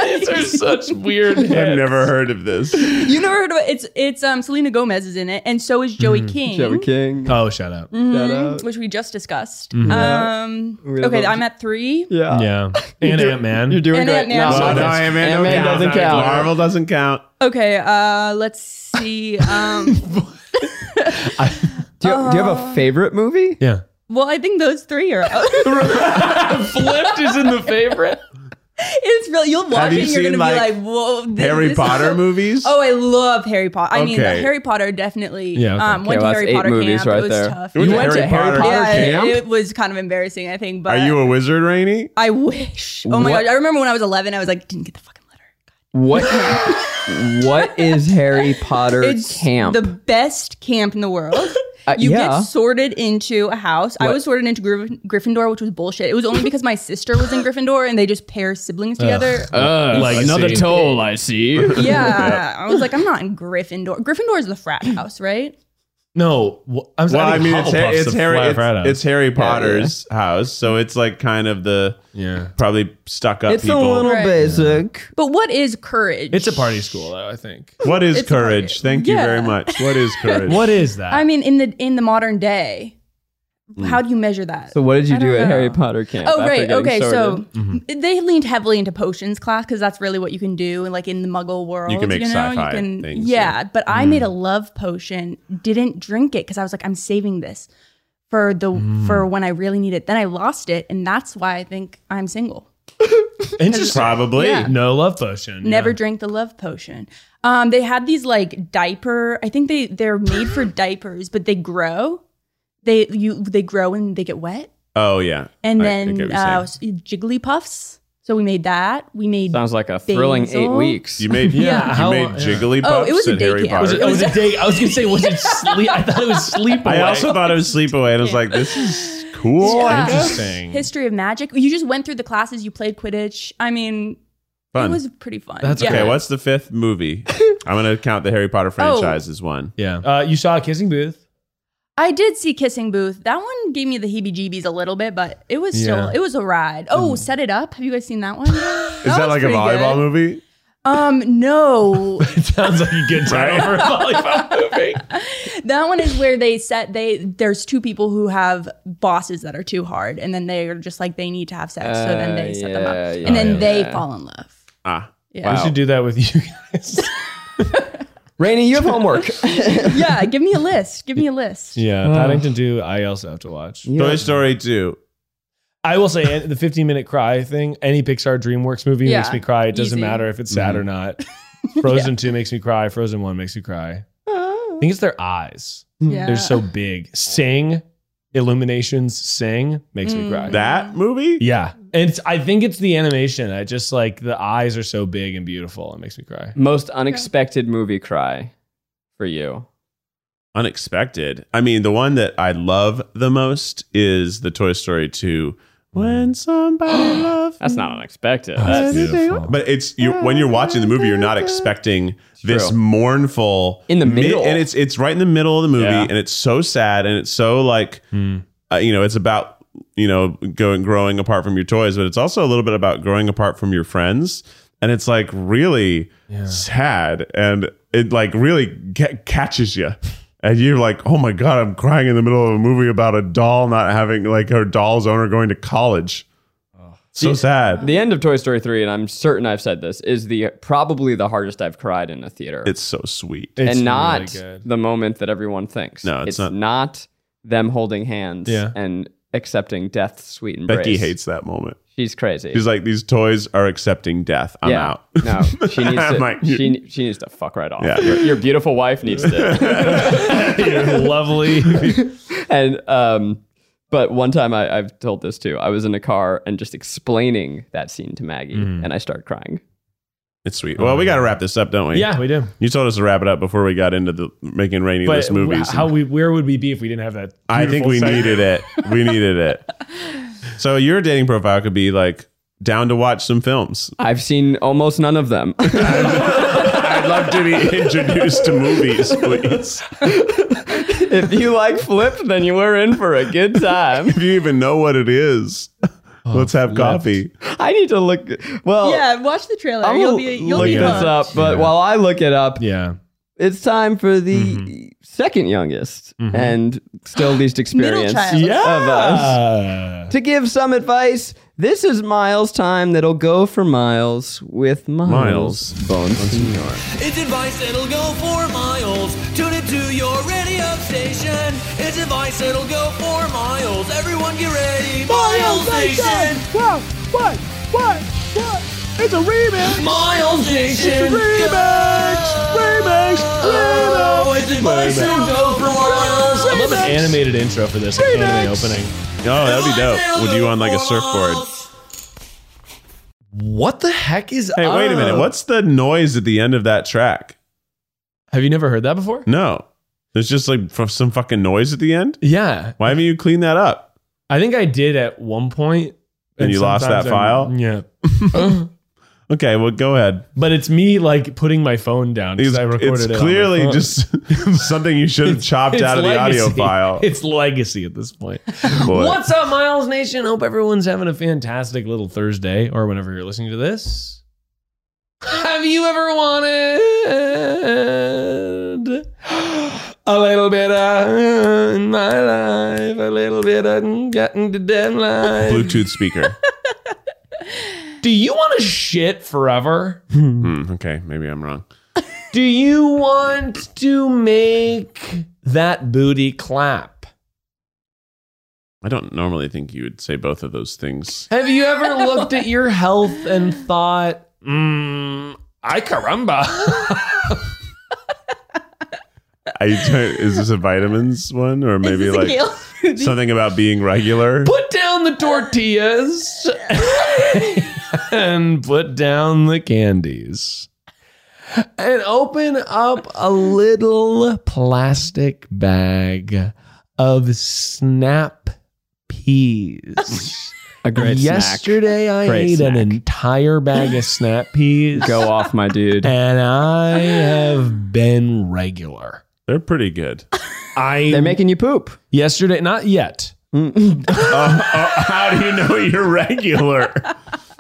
Speaker 3: These are such weird hits.
Speaker 2: I've never heard of this.
Speaker 1: You never heard of it? It's it's um Selena Gomez is in it, and so is
Speaker 2: Mm.
Speaker 1: Joey King. Mm-hmm.
Speaker 4: Joey King.
Speaker 3: Oh, shut up.
Speaker 4: Shout out.
Speaker 1: Which we just discussed.
Speaker 2: Mm-hmm.
Speaker 4: Yeah.
Speaker 1: Um,
Speaker 4: We
Speaker 1: okay,
Speaker 4: love-
Speaker 1: I'm at three.
Speaker 4: Yeah.
Speaker 3: Yeah. And Ant-Man.
Speaker 4: You're doing
Speaker 1: And
Speaker 4: great.
Speaker 1: Ant-Man.
Speaker 4: No,
Speaker 1: Well,
Speaker 4: no,
Speaker 2: Iron Man
Speaker 4: Ant-Man doesn't count.
Speaker 2: Marvel doesn't count.
Speaker 1: Okay, uh, let's see. Um, Uh-huh.
Speaker 4: Do, you, do you have a favorite movie?
Speaker 3: yeah.
Speaker 1: Well, I think those three are out.
Speaker 3: Flipped is in the favorite.
Speaker 1: it's really you'll watch
Speaker 2: Have you
Speaker 1: it and you're gonna
Speaker 2: seen,
Speaker 1: be
Speaker 2: like,
Speaker 1: like, whoa. This,
Speaker 2: Harry
Speaker 1: this is
Speaker 2: Potter
Speaker 1: so-
Speaker 2: movies.
Speaker 1: Oh, I love Harry Potter. I mean,
Speaker 2: Okay.
Speaker 1: Harry Potter definitely.
Speaker 3: Yeah, okay.
Speaker 1: Um,
Speaker 4: Okay, well,
Speaker 1: went to
Speaker 4: that's
Speaker 1: Harry
Speaker 4: eight
Speaker 1: Potter
Speaker 4: movies
Speaker 1: camp.
Speaker 4: right
Speaker 1: it was
Speaker 4: there.
Speaker 1: tough.
Speaker 2: You went to Harry Potter
Speaker 1: yeah,
Speaker 2: camp?
Speaker 1: it was kind of embarrassing. I think. But
Speaker 2: Are you a wizard, Rainey?
Speaker 1: I wish. Oh my
Speaker 4: What?
Speaker 1: gosh! I remember when I was 11, I was like, didn't get the fucking letter.
Speaker 4: What what is Harry Potter camp?
Speaker 1: the best camp in the world.
Speaker 4: Uh,
Speaker 1: You
Speaker 4: yeah.
Speaker 1: get sorted into a house. I
Speaker 4: What?
Speaker 1: was sorted into Gryff- Gryffindor, which was bullshit. It was only because my sister was in Gryffindor and they just pair siblings together.
Speaker 4: uh,
Speaker 3: Like, another see.
Speaker 4: toll, I see.
Speaker 1: yeah, I was like, I'm not in Gryffindor. Gryffindor is the frat house, right?
Speaker 3: No, wh- I'm
Speaker 2: Well,
Speaker 3: sorry.
Speaker 2: I mean, it's, Har-
Speaker 3: Hufflepuff's
Speaker 2: it's
Speaker 3: the
Speaker 2: Harry.
Speaker 3: flat
Speaker 2: It's,
Speaker 3: frat house.
Speaker 2: it's Harry Potter's house, so it's like kind of the
Speaker 3: yeah.
Speaker 2: probably stuck up
Speaker 4: It's a
Speaker 2: people.
Speaker 4: little
Speaker 1: Right.
Speaker 4: basic.
Speaker 1: But what is courage?
Speaker 3: It's a party school, though. I think.
Speaker 2: what is
Speaker 1: it's a
Speaker 2: courage? Thank you
Speaker 1: Yeah.
Speaker 2: very much. What is courage?
Speaker 3: What is that?
Speaker 1: I mean, in the in the modern day,
Speaker 4: Hmm.
Speaker 1: how do you measure that?
Speaker 4: So what did you
Speaker 1: I
Speaker 4: do
Speaker 1: don't
Speaker 4: at
Speaker 1: know.
Speaker 4: Harry Potter camp?
Speaker 1: Oh,
Speaker 4: after
Speaker 1: great.
Speaker 4: getting
Speaker 1: Okay, so
Speaker 4: sorted?
Speaker 1: they leaned heavily into potions class because that's really what you can do, like in the Muggle world.
Speaker 2: You can make
Speaker 1: know?
Speaker 2: sci-fi things, Mm.
Speaker 1: Yeah, but I made a love potion, didn't drink it because I was like, I'm saving this for the
Speaker 2: Mm.
Speaker 1: for when I really need it. Then I lost it, and that's why I think I'm single.
Speaker 3: Interesting.
Speaker 2: Probably.
Speaker 1: Yeah.
Speaker 3: No love potion. yeah.
Speaker 1: Never drank the love potion. Um, they had these like diaper. I think they they're made for diapers, but they grow. They you they grow and they get wet.
Speaker 2: Oh yeah.
Speaker 1: And
Speaker 2: I- I get what
Speaker 1: then
Speaker 2: you're saying.
Speaker 1: uh, s- jiggly puffs. So we made that. We made
Speaker 4: Sounds like a thrilling eight
Speaker 1: Basil?
Speaker 4: weeks.
Speaker 2: you made
Speaker 3: Yeah.
Speaker 2: you
Speaker 3: How-
Speaker 2: made
Speaker 3: yeah.
Speaker 2: Jigglypuffs
Speaker 1: Oh, it was a
Speaker 2: and
Speaker 1: day
Speaker 2: Harry
Speaker 1: camp.
Speaker 2: Potter.
Speaker 3: It was a day. I was gonna say, was it sleep? I thought it was sleep.
Speaker 2: I
Speaker 3: away.
Speaker 2: also thought it was Sleepaway, and I was like, this is cool.
Speaker 1: Yeah.
Speaker 3: interesting.
Speaker 1: history of magic. You just went through the classes. You played Quidditch. I mean,
Speaker 2: Fun.
Speaker 1: it was pretty fun.
Speaker 3: That's
Speaker 1: Yeah.
Speaker 2: Okay, what's the fifth movie? I'm gonna count the Harry Potter franchise as one.
Speaker 3: yeah. Uh, you saw a kissing booth.
Speaker 1: I did see Kissing Booth. That one gave me the heebie-jeebies a little bit, but it was still
Speaker 3: Yeah.
Speaker 1: it was a ride. Oh, set it up. Have you guys seen that one? Is that,
Speaker 2: Mm. Is that like a volleyball movie?
Speaker 1: Um, no.
Speaker 3: It sounds like a good title for a volleyball movie.
Speaker 1: that one is where they set they there's two people who have bosses that are too hard, and then they are just like they need to have sex, so then they
Speaker 4: Uh,
Speaker 1: set them up,
Speaker 4: yeah, yeah,
Speaker 1: and then
Speaker 4: yeah.
Speaker 1: they fall in love.
Speaker 2: Ah,
Speaker 1: Yeah.
Speaker 3: We should do that with you guys.
Speaker 4: Rainey, you have homework.
Speaker 1: yeah, give me a list. Give me a list.
Speaker 3: yeah, Paddington 2, I also have to watch.
Speaker 4: Yeah.
Speaker 2: Toy Story Two.
Speaker 3: I will say the 15 minute cry thing, any Pixar DreamWorks movie
Speaker 1: Yeah,
Speaker 3: makes me cry. It doesn't
Speaker 1: easy.
Speaker 3: matter if it's sad
Speaker 2: Mm-hmm.
Speaker 3: or not. Frozen 2 makes me cry. Frozen 1 makes me cry. I think it's their eyes.
Speaker 1: Hmm. Yeah.
Speaker 3: They're so big. Sing, Illuminations, Sing makes me
Speaker 1: Hmm.
Speaker 3: cry.
Speaker 2: That movie?
Speaker 3: yeah. And it's, I think it's the animation. I just like the eyes are so big and beautiful. It makes me cry.
Speaker 4: Most unexpected movie cry for you.
Speaker 2: Unexpected. I mean, the one that I love the most is the Toy Story Two. When somebody loves
Speaker 4: That's not
Speaker 2: Oh,
Speaker 4: unexpected.
Speaker 3: Mm. That's
Speaker 4: That's
Speaker 3: beautiful.
Speaker 2: But it's you when you're watching the movie, you're not expecting this
Speaker 4: True.
Speaker 2: mournful
Speaker 4: In the middle.
Speaker 2: and it's it's right in the middle of the movie,
Speaker 4: Yeah. Hmm.
Speaker 2: and it's so sad, and it's so like uh, you know, it's about you know going growing apart from your toys, but it's also a little bit about growing apart from your friends, and it's like really sad, and it like really ca- catches you. And you're like, oh my god, I'm crying in the middle of a movie about a doll not having like her doll's owner going to college. So sad.
Speaker 4: the end of Toy Story 3, and I'm certain I've said this, is the probably the hardest I've cried in a theater.
Speaker 2: It's so sweet.
Speaker 3: It's really
Speaker 4: and not
Speaker 3: good.
Speaker 4: the moment that everyone thinks.
Speaker 2: No, it's not.
Speaker 4: them holding hands
Speaker 3: Yeah.
Speaker 4: and accepting death's sweet embrace.
Speaker 2: Becky hates that moment.
Speaker 4: She's crazy.
Speaker 2: She's like, these toys are accepting death. I'm
Speaker 4: yeah.
Speaker 2: out.
Speaker 4: No, she needs
Speaker 2: I'm
Speaker 4: to.
Speaker 2: like, you-
Speaker 4: she, she needs to fuck right off.
Speaker 2: Yeah.
Speaker 4: Your, your beautiful wife needs to.
Speaker 3: You're lovely.
Speaker 4: and um, but one time I, I've told this too. I was in a car and just explaining that scene to Maggie, and I started crying.
Speaker 2: It's sweet. Well, we got to wrap this up, don't we?
Speaker 3: yeah, we do.
Speaker 2: You told us to wrap it up before we got into the making rainy
Speaker 3: But
Speaker 2: list movies.
Speaker 3: how we where would we be if we didn't have that?
Speaker 2: I think
Speaker 3: beautiful
Speaker 2: we
Speaker 3: segment?
Speaker 2: needed it. We needed it. So your dating profile could be like down to watch some films.
Speaker 4: I've seen almost none of them.
Speaker 2: I'd love to be introduced to movies, please.
Speaker 4: if you like flipped, then you were in for a good time.
Speaker 2: If you even know what it is,
Speaker 3: Oh,
Speaker 2: let's have coffee.
Speaker 4: I need to look. Well,
Speaker 1: Yeah, watch the trailer.
Speaker 4: I'm
Speaker 1: you'll
Speaker 4: gonna
Speaker 1: be you'll
Speaker 4: look
Speaker 1: be
Speaker 4: this
Speaker 1: hooked.
Speaker 4: up, but while I look it up,
Speaker 3: Yeah.
Speaker 4: it's time for the second youngest and still least experienced
Speaker 1: child. Yeah.
Speaker 4: of us
Speaker 3: Uh,
Speaker 4: to give some advice. This is Miles' time that'll go for Miles with Miles,
Speaker 2: Miles.
Speaker 4: Bones Senior.
Speaker 5: It's advice that'll go for miles. Tune it to your radio station. Nation. It's advice that'll go for miles. Everyone get ready. Miles Nation.
Speaker 6: Wow, what, what, what? It's a remix!
Speaker 5: Miles Nation.
Speaker 6: Remix! Remix!
Speaker 5: Oh,
Speaker 6: Remix!
Speaker 5: it's advice that'll go for miles.
Speaker 3: I love an animated intro for this. I can't
Speaker 6: Remix.
Speaker 3: the opening.
Speaker 2: Oh, that'd be dope. Would you on like a surfboard?
Speaker 3: What the heck is?
Speaker 2: Hey, wait a minute.
Speaker 3: up?
Speaker 2: What's the noise at the end of that track?
Speaker 3: Have you never heard that before?
Speaker 2: No, there's just like f- some fucking noise at the end.
Speaker 3: Yeah,
Speaker 2: Why haven't you cleaned that up?
Speaker 3: I think I did at one point.
Speaker 2: And you lost
Speaker 3: sometimes
Speaker 2: that
Speaker 3: I'm-
Speaker 2: file?
Speaker 3: Yeah.
Speaker 2: Okay, well, go ahead.
Speaker 3: But it's me like putting my phone down because
Speaker 2: It's,
Speaker 3: I recorded
Speaker 2: it's
Speaker 3: it. on my
Speaker 2: clearly
Speaker 3: phone.
Speaker 2: just something you should have chopped
Speaker 3: It's
Speaker 2: out of the audio
Speaker 3: legacy.
Speaker 2: file.
Speaker 3: It's legacy at this point.
Speaker 2: Boy.
Speaker 3: What's up, Miles Nation? Hope everyone's having a fantastic little Thursday or whenever you're listening to this. Have you ever wanted a little bit of in my life, a little bit of getting to deadline?
Speaker 2: Bluetooth speaker.
Speaker 3: Do you want to shit forever?
Speaker 2: Hmm, okay, maybe I'm wrong.
Speaker 3: Do you want to make that booty clap?
Speaker 2: I don't normally think you would say both of those things.
Speaker 3: Have you ever looked at your health and thought, mm, I caramba?
Speaker 2: I, is this a vitamins one or maybe like something about being regular?
Speaker 3: put down the tortillas and put down the candies and open up a little plastic bag of snap peas.
Speaker 4: A great snack.
Speaker 3: Yesterday, I
Speaker 4: Great
Speaker 3: ate an
Speaker 4: snack.
Speaker 3: entire bag of snap peas.
Speaker 4: Go off, my dude.
Speaker 3: and I have been regular.
Speaker 2: They're pretty good. Oh,
Speaker 3: I
Speaker 4: They're making you poop.
Speaker 3: yesterday, not yet.
Speaker 2: Uh, uh, how do you know you're regular?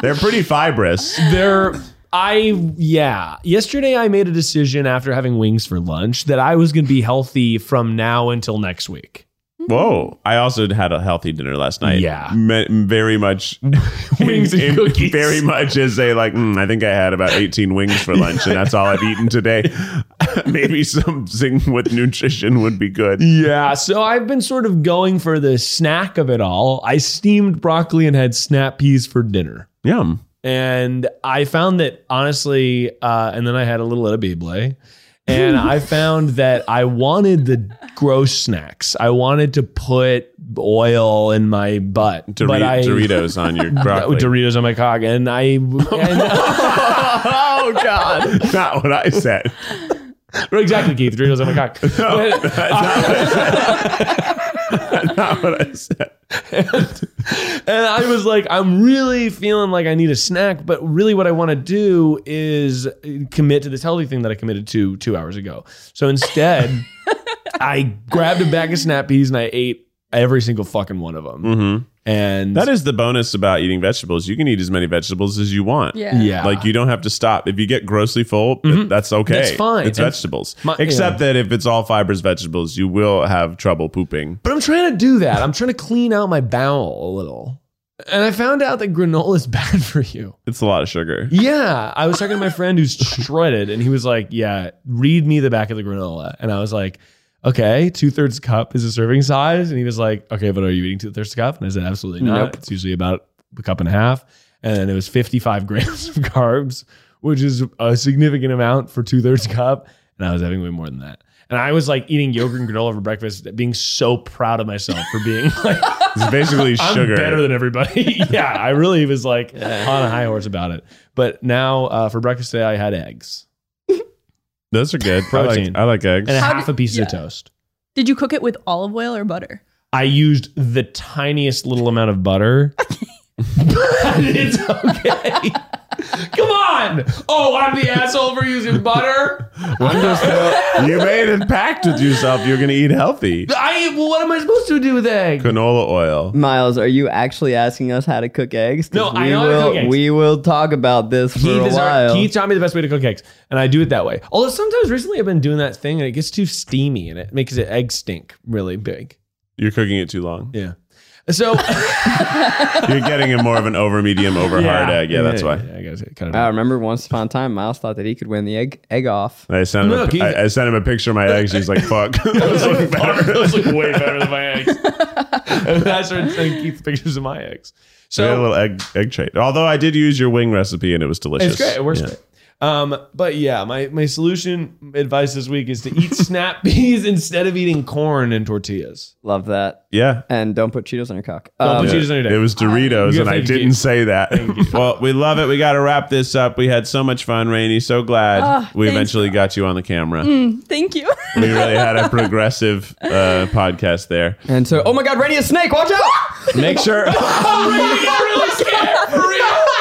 Speaker 2: They're pretty fibrous.
Speaker 3: There, I yeah. Yesterday, I made a decision after having wings for lunch that I was going to be healthy from now until next week.
Speaker 2: Whoa! I also had a healthy dinner last night.
Speaker 3: Yeah.
Speaker 2: Me- very much
Speaker 3: Wings and cookies.
Speaker 2: Very much as a like. "Mm, I think I had about eighteen wings for lunch, and that's all I've eaten today. Maybe something with nutrition would be good.
Speaker 3: Yeah, so I've been sort of going for the snack of it all. I steamed broccoli and had snap peas for dinner.
Speaker 2: Yum.
Speaker 3: and I found that honestly, uh, and then I had a little of Beyblade, and I found that I wanted the gross snacks. I wanted to put oil in my butt,
Speaker 2: Dor-
Speaker 3: but I
Speaker 2: Doritos on your
Speaker 3: Oh,
Speaker 2: broccoli.
Speaker 3: Doritos on my cock, and I and,
Speaker 2: oh God! Not what I said.
Speaker 3: exactly Keith Doritos on my cock. But-
Speaker 2: Not what I said.
Speaker 3: And I was like, I'm really feeling like I need a snack, but really what I want to do is commit to this healthy thing that I committed to two hours ago. So instead, I grabbed a bag of snap peas and I ate every single fucking one of them.
Speaker 2: Mm-hmm.
Speaker 3: And
Speaker 2: That is the bonus about eating vegetables. You can eat as many vegetables as you want.
Speaker 1: Yeah.
Speaker 3: yeah, Mm-hmm.
Speaker 2: Like you don't have to stop. If you get grossly full, that's okay.
Speaker 3: That's fine.
Speaker 2: It's
Speaker 3: And-
Speaker 2: vegetables.
Speaker 3: My-
Speaker 2: Except that if it's all fibers vegetables, you will have trouble pooping.
Speaker 3: But I'm trying to do that. I'm trying to clean out my bowel a little. And I found out that granola is bad for you.
Speaker 2: It's a lot of sugar.
Speaker 3: Yeah, I was talking to my friend who's shredded, and he was like, "Yeah, read me the back of the granola." And I was like, "Okay, two thirds cup is a serving size." And he was like, "Okay, but are you eating two thirds cup?" And I said, "Absolutely not.
Speaker 4: Nope.
Speaker 3: It's usually about a cup and a half." And it was fifty five grams of carbs, which is a significant amount for two thirds cup. And I was having way more than that. And I was like eating yogurt and granola for breakfast, being so proud of myself for being like,
Speaker 2: It's basically
Speaker 3: I'm
Speaker 2: sugar.
Speaker 3: better than everybody. yeah, I really was like on a high horse about it. But now uh, for breakfast today, I had eggs
Speaker 2: Those are good.
Speaker 3: Protein.
Speaker 2: I like, I like eggs.
Speaker 3: and a
Speaker 1: How
Speaker 3: half
Speaker 1: did-
Speaker 3: a piece
Speaker 1: yeah.
Speaker 3: of toast.
Speaker 1: Did you cook it with olive oil or butter?
Speaker 3: I used the tiniest little amount of butter. but it's okay. Come on. Oh, I'm the asshole for using butter.
Speaker 2: When does the- you made a pact with yourself. You're going to eat healthy.
Speaker 3: I well, what am I supposed to do with eggs?
Speaker 2: Canola oil.
Speaker 4: Miles, are you actually asking us how to cook eggs? 'Cause
Speaker 3: No, I
Speaker 4: we
Speaker 3: know how to
Speaker 4: will,
Speaker 3: cook eggs.
Speaker 4: We will talk about this for
Speaker 3: Keith,
Speaker 4: a
Speaker 3: is our,
Speaker 4: while.
Speaker 3: Keith taught me the best way to cook eggs, and I do it that way. Although sometimes recently I've been doing that thing, and it gets too steamy, and it makes the egg stink really big.
Speaker 2: You're cooking it too long.
Speaker 3: Yeah. So
Speaker 2: You're getting a more of an over medium, over hard egg. Yeah, that's why.
Speaker 3: I gotta cut it
Speaker 4: I
Speaker 3: out.
Speaker 4: remember once upon a time, Miles thought that he could win the egg egg off.
Speaker 2: I sent him.
Speaker 3: Look,
Speaker 2: a,
Speaker 3: he-
Speaker 2: I, I sent him a picture of my eggs. He's like, "Fuck." Look better.
Speaker 3: Those look way better than my eggs. And I started sending Keith pictures of my eggs.
Speaker 2: I got a
Speaker 3: So
Speaker 2: little egg egg trait. Although I did use your wing recipe and it was delicious.
Speaker 3: it's great. It works
Speaker 2: Yeah.
Speaker 3: great. Um, but yeah, my, my solution advice this week is to eat snap peas instead of eating corn and tortillas.
Speaker 4: Love that.
Speaker 2: Yeah.
Speaker 4: And don't put Cheetos on your cock.
Speaker 3: Don't
Speaker 4: Um,
Speaker 3: put Cheetos on your dick.
Speaker 2: Oh, It was Doritos,
Speaker 3: You
Speaker 2: and I
Speaker 3: thank you.
Speaker 2: didn't say that. well, we love it. We got to wrap this up. We had so much fun, Rainey. So glad
Speaker 1: Ah,
Speaker 2: we
Speaker 1: thanks. Mm.
Speaker 2: eventually got you on the camera.
Speaker 1: Thank you.
Speaker 2: We really had a progressive uh, podcast there.
Speaker 4: and so, oh my God, Randy a snake! Watch out!
Speaker 2: Make sure.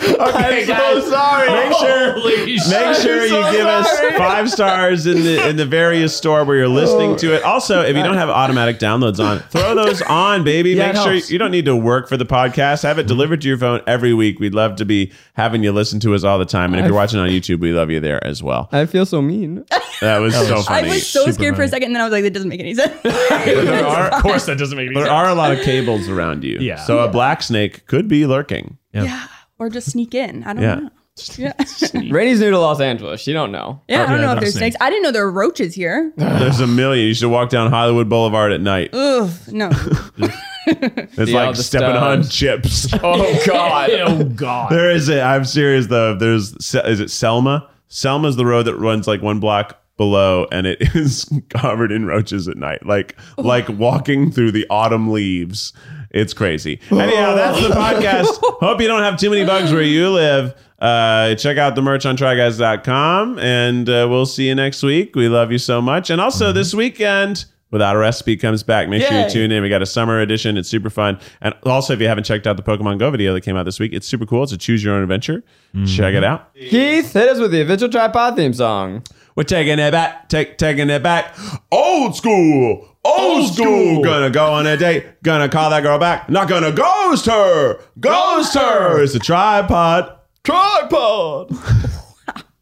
Speaker 2: Okay, guys. sorry. Make
Speaker 3: Oh,
Speaker 2: sure. Make sure you give us five stars in the in the various store where you're listening to it. Also, if you don't have automatic downloads on, throw those on, baby.
Speaker 4: Yeah,
Speaker 2: Make
Speaker 4: it
Speaker 2: sure
Speaker 4: helps.
Speaker 2: you don't need to work for the podcast. Have it delivered to your phone every week. We'd love to be having you listen to us all the time. And if you're watching on YouTube, we love you there as well.
Speaker 4: I feel so mean.
Speaker 2: That was so
Speaker 1: I
Speaker 2: funny.
Speaker 1: was so scared for a second, and then I was like, that doesn't make any sense.
Speaker 2: there are,
Speaker 3: Of course, that doesn't make any
Speaker 2: there
Speaker 3: sense.
Speaker 2: are a lot of cables around you.
Speaker 3: Yeah.
Speaker 2: So a black snake could be lurking.
Speaker 1: yeah. Or just sneak in. I don't
Speaker 2: Yeah.
Speaker 1: know. Yeah,
Speaker 4: Randy's new to Los Angeles. You don't know.
Speaker 1: yeah I don't know if
Speaker 2: that's
Speaker 1: there's
Speaker 2: neat.
Speaker 1: snakes. I didn't know there were roaches here.
Speaker 2: There's a million. You should walk down Hollywood Boulevard at night.
Speaker 1: Ugh, no.
Speaker 2: It's
Speaker 4: See all
Speaker 2: like
Speaker 4: the
Speaker 2: stepping on
Speaker 4: stars.
Speaker 2: chips.
Speaker 4: Oh God.
Speaker 3: Oh God!
Speaker 2: There is a. I'm serious though. There's Se- is it Selma? Selma's the road that runs like one block below, and it is covered in roaches at night, like like walking through the autumn leaves. It's crazy. Anyhow, that's the podcast. Hope you don't have too many bugs where you live. Uh, check out the merch on tryguys.com, and uh, we'll see you next week. We love you so much, and also this weekend. Without a Recipe comes back. Make sure you
Speaker 3: Yay.
Speaker 2: tune tune in. We got a summer edition. It's super fun. And also, if you haven't checked out the Pokemon Go video that came out this week, it's super cool. It's a choose your own adventure. Check it out.
Speaker 4: Keith, hit us with the official tripod theme song.
Speaker 2: We're taking it back, take, taking it back. Old school, old, school.
Speaker 3: school.
Speaker 2: Gonna go on a date, gonna call that girl back. Not gonna ghost her, ghost her. It's a tripod. Tripod.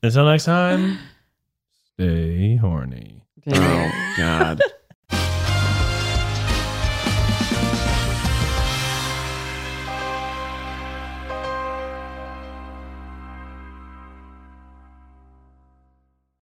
Speaker 3: Until next time, stay horny.
Speaker 2: Oh, God.